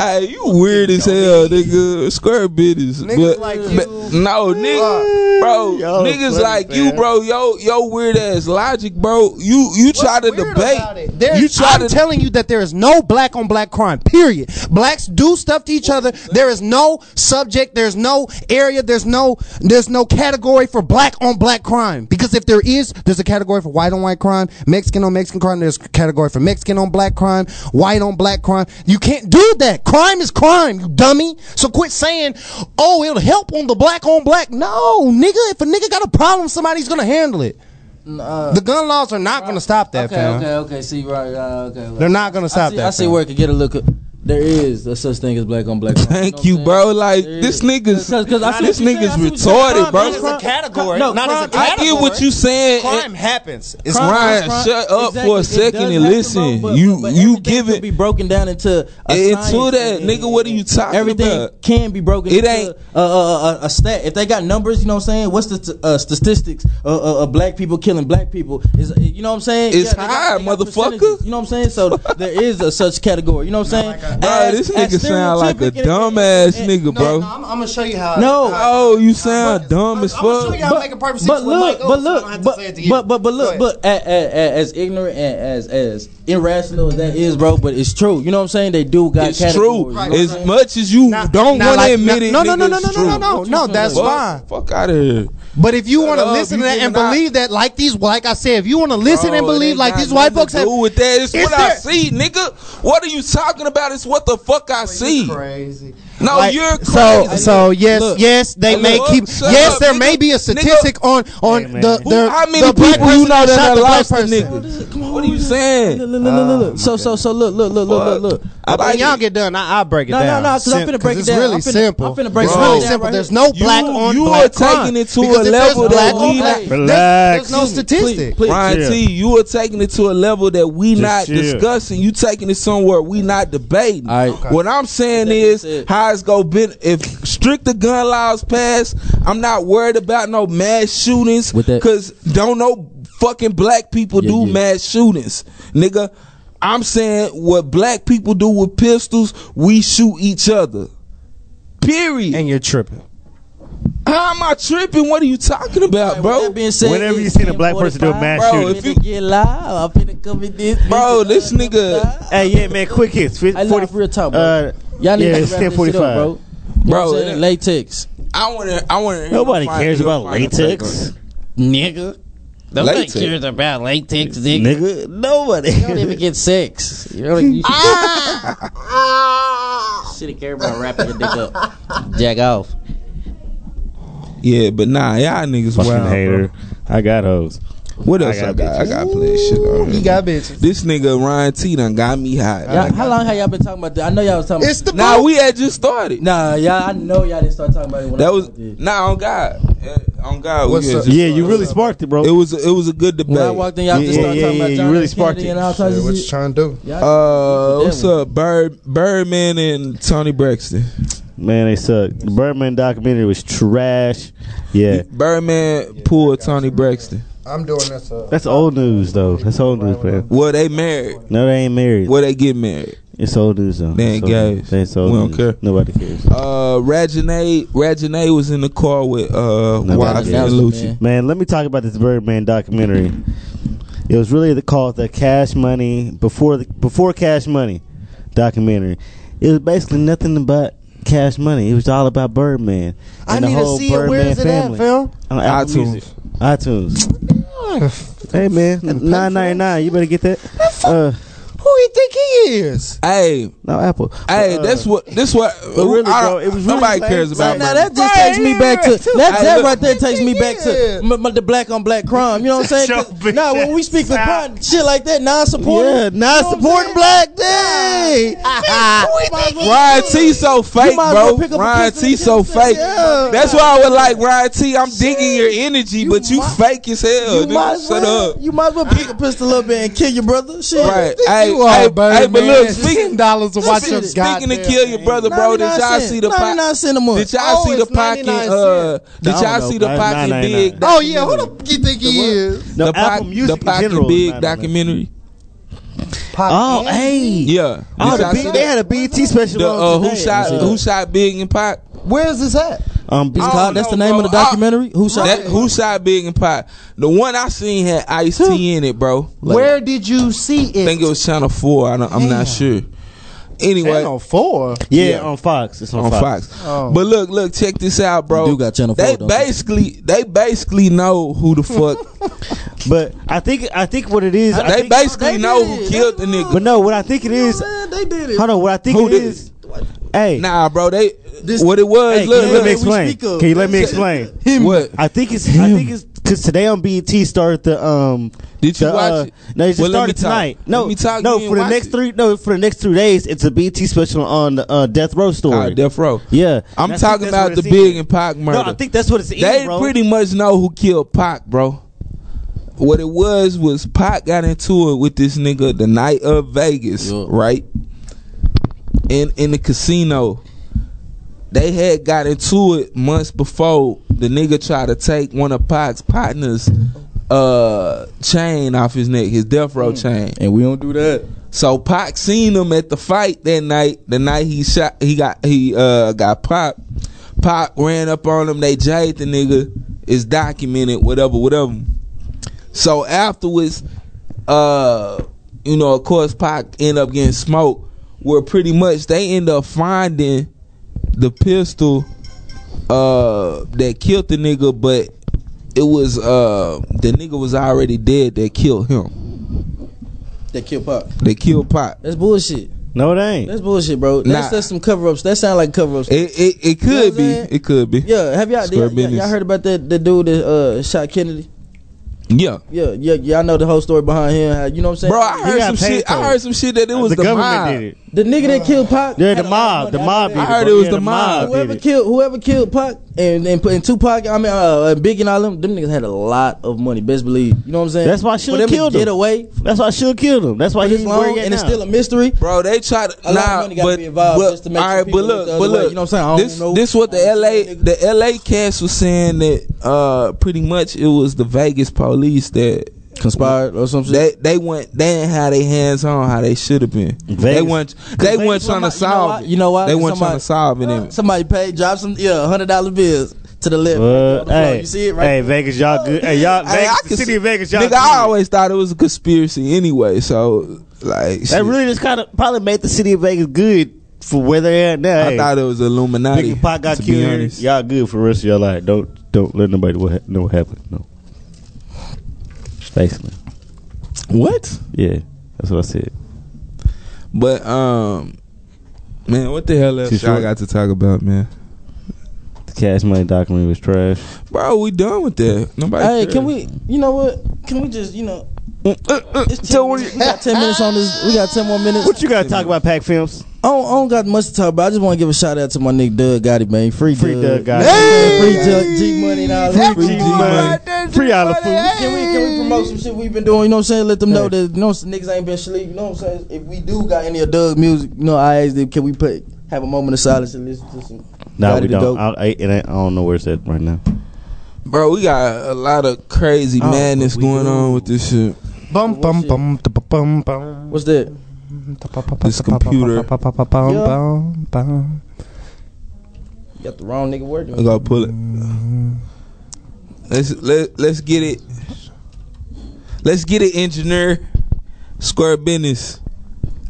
hey, you weird as hell, nigga. Square bit is Niggas but- like but- you. No, nigga, bro, Yo, niggas funny, like you, man. bro. Yo, yo, weird ass logic, bro. You you try to debate. There's, You try I'm to telling you that there is no black on black crime. Period. Blacks do stuff to each other. There is no subject. There's no area. There's no there's no category for black on black crime. Because if there is, there's a category for white on white crime, Mexican on Mexican crime. There's a category for Mexican on black crime, white on black crime. You can't do that. Crime is crime, you dummy. So quit saying, oh, it'll help on the black on black. No, nigga. If a nigga got a problem, somebody's gonna handle it. the gun laws are not gonna stop that, uh, Okay, fam. okay, okay. See, right, right, okay. right. They're not gonna I stop see, that. I see fam. where it could get a look. There is a such thing as black on black. Thank you, bro. Like this nigga's this nigga's retarded, bro. Not as a category. not as a I category. get what you saying. Crime happens. It's Ryan, shut up for a second and listen. you you give it be broken down into a into science that nigga. What are you talking everything about? can be broken. It into ain't- a, a, a, a stat. If they got numbers, you know what I'm saying. What's the t- uh, statistics of uh, uh, black people killing black people? Is uh, you know what I'm saying? It's they high, they percentages. You know what I'm saying? So there is a such category. You know what I'm saying? Bro, this nigga sound like a dumbass nigga, bro. I'm, gonna show you how. No, oh, you sound dumb as I'ma show fuck. you how to make a perfect But situation with look, Mike but Oates. I don't have look, to say it but to you. but but but look, Go ahead. but a- a- a- as ignorant and as as irrational as that is, bro. But it's true. You know what I'm saying? They do got It's categories, true. you know what I'm As saying? much as you don't nah, want like- to admit it, no, no, no, nigga, no, it's no, no, true. no, no, What no, you that's fuck- fine. Fuck out of here. But if you want to up, listen you to that and giving out- believe that, like these, like I said, if you want to listen Bro, and it believe ain't like got these white nothing folks to have, do with that. It's, It's what I there- see, nigga. What are you talking about? It's what the fuck I see. crazy. No, Like, you're crazy. so so yes Look, yes they look, may look, keep shut yes up, there nigga. may be a statistic on on the, Who- the how many the black people you person know that shot that the lost a black person. nigga? What are you saying? Look, look, look, look, look. So, so, so, look, look, look, look, look, look. I when like y'all it. get done, I, I'll break it No, no, down. no, 'cause I'm Sim- finna break it's it down. really I'm finna- simple. I'm finna break it's it really down simple. right There's here. no You- black on you black are taking crime. it to Because a if there's level black that on we black- not- there's- Relax. There's no Excuse me, please, statistic. please. Ryan chill. T, you are taking it to a level that we Just not chill. discussing. You taking it somewhere we not debating. All right. What I'm saying is, That's it. how it's gonna be if stricter gun laws pass. I'm not worried about no mass shootings With that- because don't no fucking black people Yeah, do yeah. mass shootings, nigga. I'm saying what black people do with pistols, we shoot each other. Period. And you're tripping. How am I tripping? What are you talking about, With that bro? being said, Whenever you it's seen a black person do a 10:45. mass Bro, shooting, if Finna get live. I'm finna come in this. Bro, bitch. this nigga. hey, yeah, man, quick hits. Fif- I love 40 real talk, bro. uh, Y'all need yeah, to it's wrap this 10:45. shit up, bro. You know Bro, what I'm it saying? ain't- latex, I want to. I want to. Nobody cares about latex, nigga. Nobody Latex. cares about latex, nigga. Nobody. You don't even get sex. You don't even. Ah. Should have cared about wrapping your dick up. Jack off. Yeah, but nah, y'all niggas Fucking wild. hater. I got hoes. Bro. What else I I got got? I got, bitches. plenty of shit on here. You got bitches. This nigga Ryan T done got me hot. Y'all, how long have y'all been talking about that? I know y'all was talking. It's the Nah, black- we had just started. nah, y'all. I know y'all didn't start talking about it. When I that was did. nah on God, Eh, on God. What's we had up? just Yeah, you started. really sparked it, bro. It was it was a good When debate. I walked in, y'all Yeah, just started yeah, talking yeah, about you John really F. Kennedy sparked it. and all Yeah, types what of you shit. trying to do? Y'all- uh, That what's one. up, Bird Birdman and Tony Braxton? Man, they suck. The Birdman documentary was trash. Yeah, Birdman pulled Tony Braxton. I'm doing this. Uh, that's old news though. That's old news, man. Well, they married. No, they ain't married. Well, they get married. It's old news though. They ain't It's old news. gays. They ain't old We don't news. care. Nobody cares. Uh, Rajane Rajane was in the car with uh No, Wife that and was- Lucci. Man, let me talk about this Birdman documentary. It was really the called the Cash Money before the before Cash Money documentary. It was basically nothing but Cash Money. It was all about Birdman and I the need to whole see it. Birdman Where is it family. at, Phil? On Apple iTunes. Music. iTunes. hey man, nine ninety nine. You better get that. Uh, Who you think he is? Hey, no Apple. Hey, Uh, that's what. This what. really, I- bro, it was really nobody like- cares about. like, now Birdman. that just takes me back to that, Hey, that look. right there takes me back to m- m- the black on black crime. You know what I'm saying? 'Cause- Yo, bitch, Nah, when we speak for stop. crime, shit like that, non-supporting. yeah, not supporting black day. Ryan T so fake, might as well bro. pick up a Ryan pistol T and so shoot yourself. fake. Yeah. That's why I was like, Ryan T, I'm digging your energy, but you fake as hell. You might, nigga. as Shut well, up. you might as well pick a pistol up and kill your brother. Shit. Right. Hey, Hold on, hey, Bird, hey, but man. look, That's speaking dollars to watch your speaking to goddamn kill your brother, bro. Did y'all 99 see the cent. 99 cent a month. Did y'all Oh, see the it's 99 pocket? cent. Uh, did I don't y'all know, see the guys. pocket 99. big? Oh yeah, who the fuck you think he is? The pocket, the pocket big documentary. Oh, hey. Yeah. Oh, Did the y'all B, see they that? had a BT special. The, uh, on who today. shot? Who shot Big and Pot? Where is this at? Um, I don't called- that's the know, name bro. Ah! of the documentary? I- Who Shot that- Big? Who shot Big and Pot? The one I seen had Ice T in it, bro. Like, Where did you see I it? think it was Channel Four. I don't, I'm not sure. Anyway, Channel Four. Yeah, on Fox. It's on, on Fox. Fox. But look, look, check this out, bro. Oh. You do got Channel 4, They don't you? basically, they basically know who the fuck. But I think I think what it is. I they think- basically know who killed the nigga. But no, what I think it is. They did Hold on, what I think Who it did is. Hey, Nah, bro. They what it was. hey, look, can look, you let me explain? Can you let me explain? What? I think it's. I think it's because today on BET started the um. Did you the, watch uh, it? No, it just Well, let started me talk. tonight. Let No, me talk, no, you for the ain't next watch three, no, for the next three days, it's a BT special on the uh, Death Row story. Ah, Death Row. Yeah, I'm And I think talking that's about what the it's in. Big and Pac murder. No, I think that's what it's in, they bro. pretty much know who killed Pac, bro. What it was was Pac got into it with this nigga the night of Vegas, right? In in the casino. They had got into it months before the nigga tried to take one of Pac's partners uh chain off his neck, his death row chain. And we don't do that. So Pac seen him at the fight that night. The night he shot, he got he uh got popped. Pac ran up on him. They jayed the nigga. It's documented. Whatever, whatever. So afterwards, uh, you know, of course, Pac end up getting smoked. Where pretty much they end up finding the pistol uh that killed the nigga, but it was uh the nigga was already dead that killed him. They killed Pop. They killed Pac. That's bullshit. No, it ain't. That's bullshit, bro. That's Nah. that's some cover ups. That sound like cover ups. It it, it You know what could I'm be. saying? It could be. Yeah, have y'all, Square y'all, y'all- y'all business. heard about that the dude that uh, shot Kennedy? Yeah. Yeah, yeah, y'all know the whole story behind him. how- You know what I'm saying? Bro, I He heard got some paid shit. for I heard some shit that it was the, government mob. did it. The nigga that killed Pac. Yeah, had the a lot of mob. money The out mob there. did it. I heard it was Yeah, the mob. Whoever did it. killed whoever killed Pac and and, and Tupac, I mean uh, and Biggie and all them, them niggas had a lot of money. Best believe. You know what I'm saying? That's why For she them to killed him. Get away. That's why she killed him. That's why This he's long, where and he at it's now. still a mystery. Bro, they try to A lot of nah, money gotta but, be involved but- just to make all sure right, people but look look, the other but way. look, You know what I'm saying? I don't this, know. This what the I don't LA know, nigga. the LA cast was saying that uh pretty much it was the Vegas police that Conspired or something. they they went they didn't have their hands on how they should have been. They Vegas- weren't they Vegas weren't trying to somebody- you know solve why- it. you know why? They weren't Somebody- trying to solve it. and- Somebody paid, drop some yeah, hundred dollar bills to the left. Well, On the floor. hey, you see it right? hey, Vegas, y'all good. Hey, y'all, Hey, Vegas, I the can city see- of Vegas, y'all. nigga, good. I always thought it was a conspiracy anyway. So like, that shit, really just kind of probably made the city of Vegas good for where they're at now. I hey, thought it was Illuminati. Biggie Pot got to be killed. honest. Y'all good for the rest of your life. Don't don't let nobody what ha- know what happened. No, basically, What? yeah, that's what I said. But um, man, what the hell Too else short. y'all got to talk about, man? The Cash Money documentary was trash. Bro, we done with that. Nobody. Hey, cares. can we? You know what? Can we just you know? Mm, It's 10 Tell minutes. We got ten minutes on this. We got ten more minutes. What you got to talk about, Pack Films? I don't, I don't got much to talk about. I just want to give a shout out to my nigga Doug Gotti, man. Free, Free Doug Gotti. free Doug, G Money, and all that. Free G Money, free all the food. Can we can we promote some shit we've been doing? You know what I'm saying? Let them know that you know some niggas ain't been sleep. You know what I'm saying? If we do got any of Doug music, you know, I asked them, can we put have a moment of silence and listen to some? No, Gotti we the don't. Dope? I, I, and I, I don't know where it's at right now. Bro, we got a lot of crazy Oh, madness we going do. on with this shit. Bum bum bum da- ba- bum bum. What's that? This computer. Ba- ba- ba- bum, Yeah. bum, bum. You got the wrong nigga working. I gotta pull it. Let's let let's get it. Let's get it, engineer. Square business.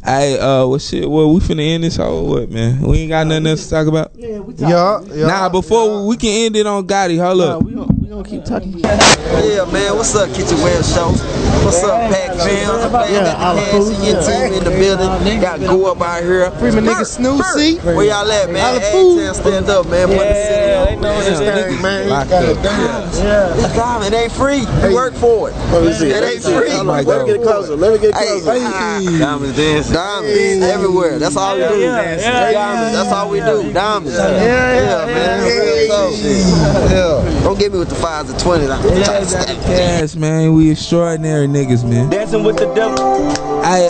I uh, what shit? Well, we finna end this whole what man? We ain't got nothing else to talk about. Yeah, yeah. Nah, before we can end it on Gotti. Hold up. We gonna keep talking. Yeah, man. What's up, Kitchen Web Show? What's up, Pac Jams? I'm glad Yeah, that all the cast the and your food, yeah. team in the building. Got go up out here. Free my nigga Snoozy. Where y'all at, man? Hey, stand up, man. Put the city Yeah, they know this thing, man. Locked Gotta up. do it. It's common. It ain't free. You work for it. Let me see. It Let me ain't see. free. Let me get closer. Let me get closer. Hey. Diamonds dancing. Diamonds everywhere. That's all we do. Diamonds. That's all we do. Diamonds. Yeah, yeah, man. So, yeah. Don't get me with the fives and twenties. I'm trying to stack. Yes, man, we extraordinary niggas, man. Dancing with the devil. I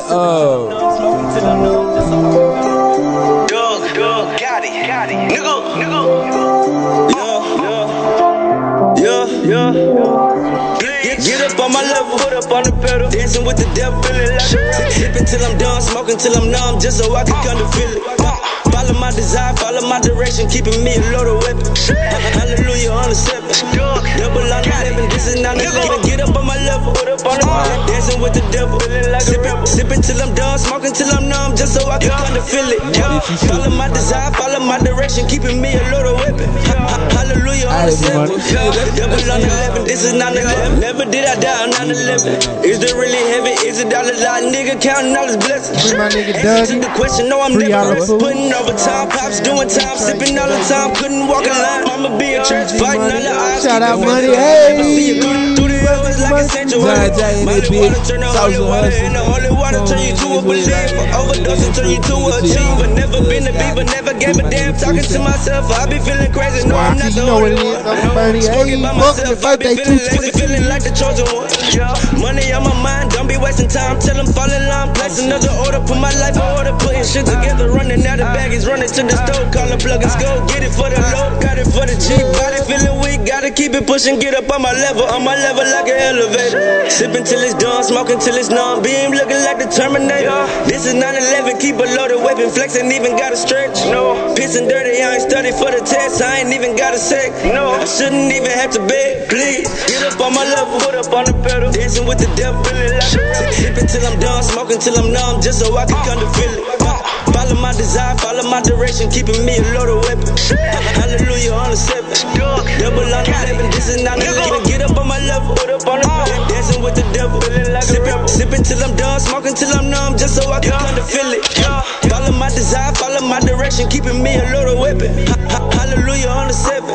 uh. Doug, Doug, got it, got it. Nigga, nigga. Yeah, yeah, yeah. Please. Get up on my level, put up on the pedal. Dancing with the devil, feeling like it. Sipping till I'm done, smoking till I'm numb, just so I can kind of feel it. Uh, Follow my desire, follow my direction, keeping me a loaded weapon. Uh, Hallelujah on the seven. Double on the eleven, this is not eleven. Get up on my level, put up on the pedal. Dancing with the devil, feeling like sipping, sipping till I'm done, smoking till I'm numb, just so I can kind of feel it. Yeah. Follow my desire, follow my direction, keeping me a loaded weapon. Ha- ha- Hallelujah on the seven. Double on the eleven, this is not eleven. Never did I die on 9-11 Is it really heavy? Is it all a lot? Nigga counting all his blessings Free my nigga Answer to Dougie. the question, no I'm Free never Oliver. rest. Putting over time, pops doing time Sipping all the time, couldn't walk a line I'ma be a church fighting all the odds Shout out keeping Money, faith. hey. See you through the- through the hours like a sanctuary Zion Jay in that Mighty bitch. water turn to holy water And the holy water turn you to a believer Overdose turn you to a achiever Never been a beaver, never gave a damn Talking to myself, I be feeling crazy No, I'm not the only one Smoking by myself, I be feeling lazy Feeling like the chosen one Yeah. Money on my mind, don't be wasting time Tell them fall in line, place another order Put my life in order, putting shit together Running out of baggies, running to the store Calling plug and go, get it for the low Got it for the cheap, body feeling weak Gotta keep it pushing, get up on my level On my level like an elevator Sipping till it's done, smoking till it's numb Beam looking like the Terminator This is 9-11, keep a loaded weapon Flexing even got a stretch, no Pissing dirty, I ain't study for the test I ain't even got a sec, no I shouldn't even have to beg, please Get up on my level, put up on the pedal Dancing with the devil, feeling like it. Sipping till I'm done, smoking till I'm numb Just so I can kind of feel it Follow my desire, follow my direction, keeping me a loaded weapon. Hallelujah on the seven, double on the eleven. This is not eleven. Get up on my level, put up on the pedal, dancing with the devil. Sipping, sipping till I'm done, smoking till I'm numb, just so I can kind of feel it. Follow my desire, follow my direction, keeping me a loaded weapon. Ha- ha- Hallelujah on the seven,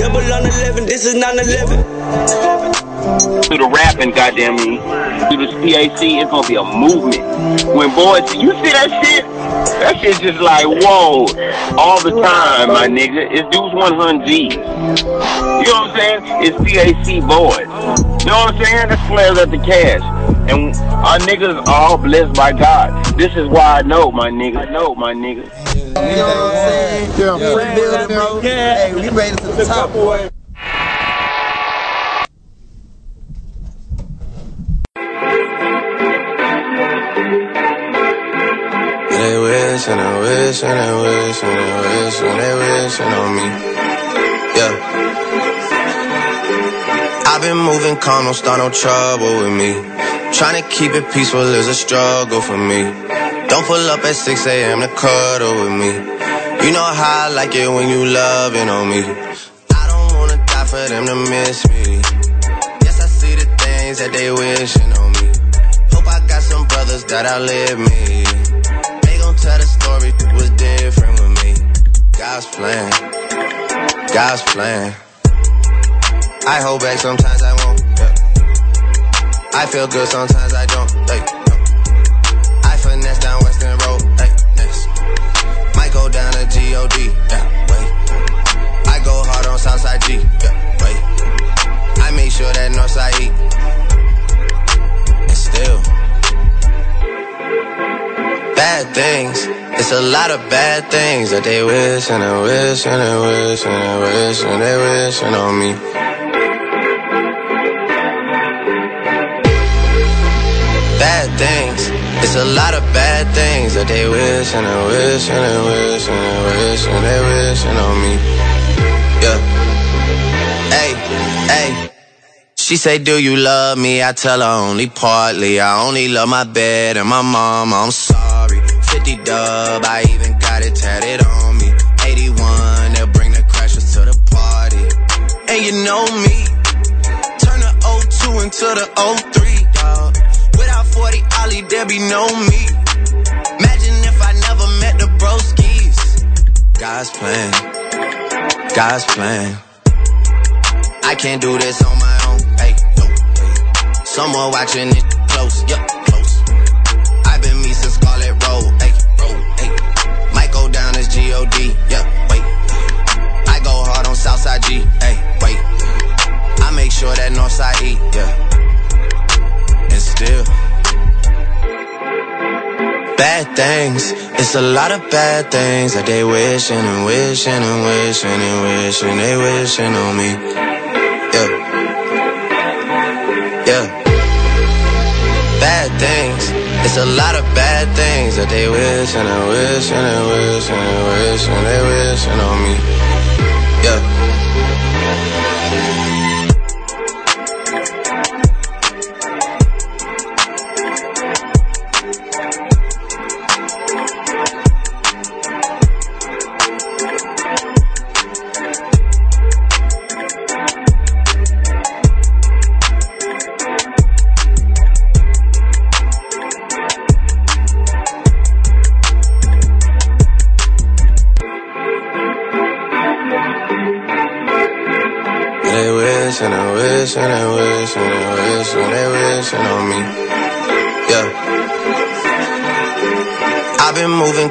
double on the eleven. This is not eleven. through the rapping, goddamn me, through this PAC, it's gonna be a movement. When boys, you see that shit? That shit just like whoa, all the time, my nigga. It's dudes 100 G's. You know what I'm saying? It's PAC boys. You know what I'm saying? That's flares at the cash. And our niggas are all blessed by God. This is why I know, my nigga. I know, my nigga. You know what I'm saying? Yeah, yeah. building, bro. Yeah. Hey, we made it to the top, boy. They wish and they wish and they wish and they wish and they wishing on me. Yeah. I've been moving calm, don't start no trouble with me. Trying to keep it peaceful is a struggle for me. Don't pull up at 6 a.m. to cuddle with me. You know how I like it when you loving on me. I don't wanna die for them to miss me. Yes, I see the things that they wishing on me. Hope I got some brothers that outlive me. They gon' tell the story was different with me. God's plan, God's plan. I hold back sometimes I won't. yeah. I feel good sometimes I don't. Hey, no. I finesse down Western Road. Hey, next. Might go down to God. Yeah, wait. I go hard on Southside G. Yeah, wait. I make sure that Northside E. And still. Bad things. It's a lot of bad things that they wish and they wish and they wish and they wish and they wishing on me. Bad things. It's a lot of bad things that they wish and they wish and they wish and they wish and they wishing on me. Yeah. Hey, hey. She say, Do you love me? I tell her only partly. I only love my bed and my mom. I'm sorry. 50 dub, I even got it tatted on me. 81, they'll bring the crashers to the party. And you know me, turn the 02 into the 03, dog. Without 40 Ollie, there be no me. Imagine if I never met the broskies. God's plan, God's plan. I can't do this on my own. Hey, no way. Someone watching it close, yup, close. I've been me since Scarlet Road. Hey, road, hey. Might go down as G-O-D. Yup, wait. I go hard on Southside G. Hey, wait. I make sure that Northside E. Yeah. And still. Bad things, it's a lot of bad things that they wishing and wishing and wishing and wishing they wishing on me. Yeah, yeah. Bad things, it's a lot of bad things that they wishing and wishing and wishing and wishing they wishing on me. Yeah. They wishing and wishing and wishing and wishing they wishing on me. Yeah. I've been moving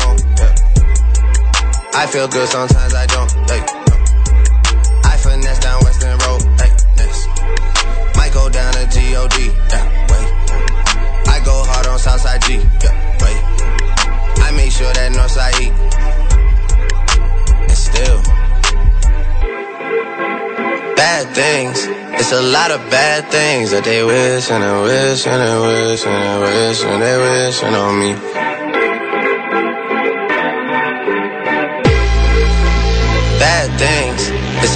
won't. yeah. I feel good sometimes I don't. Hey, no. I finesse down Western Road. Hey, next. Might go down to God. Yeah, wait. I go hard on Southside G. Yeah, wait. I make sure that Northside E. And still. Bad things. It's a lot of bad things that they wish and they wish and they wish and they wish and they wish on me. Bad things. It's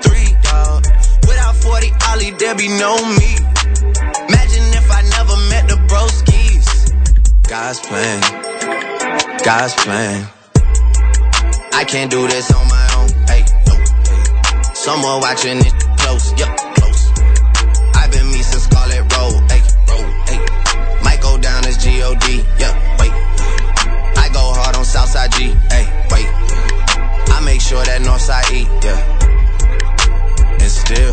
03, dog. Without 40 Ollie, there be no me. Imagine if I never met the broskies. God's plan, God's plan. I can't do this on my own. Hey, no, hey. Someone watching it close, yup, close. I've been me since Scarlet Road, hey, road, hey. Might go down as G-O-D, yup, wait. I go hard on Southside G, hey, wait. I make sure that Northside E, yeah. And still.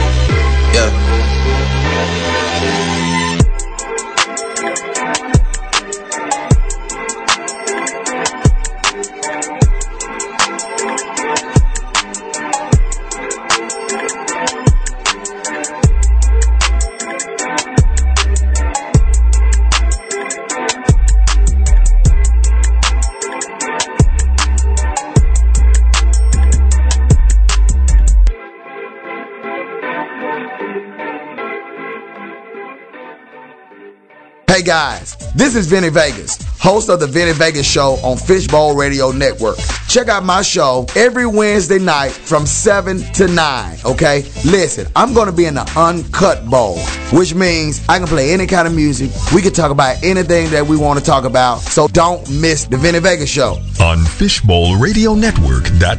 Yeah. Hey guys, this is Vinny Vegas, host of the Vinny Vegas Show on Fishbowl Radio Network. Check out my show every Wednesday night from 7 to 9, okay? Listen, I'm gonna be in the Uncut Bowl, which means I can play any kind of music. We can talk about anything that we wanna talk about, so don't miss the Vinny Vegas Show. on fishbowlradionetwork.com.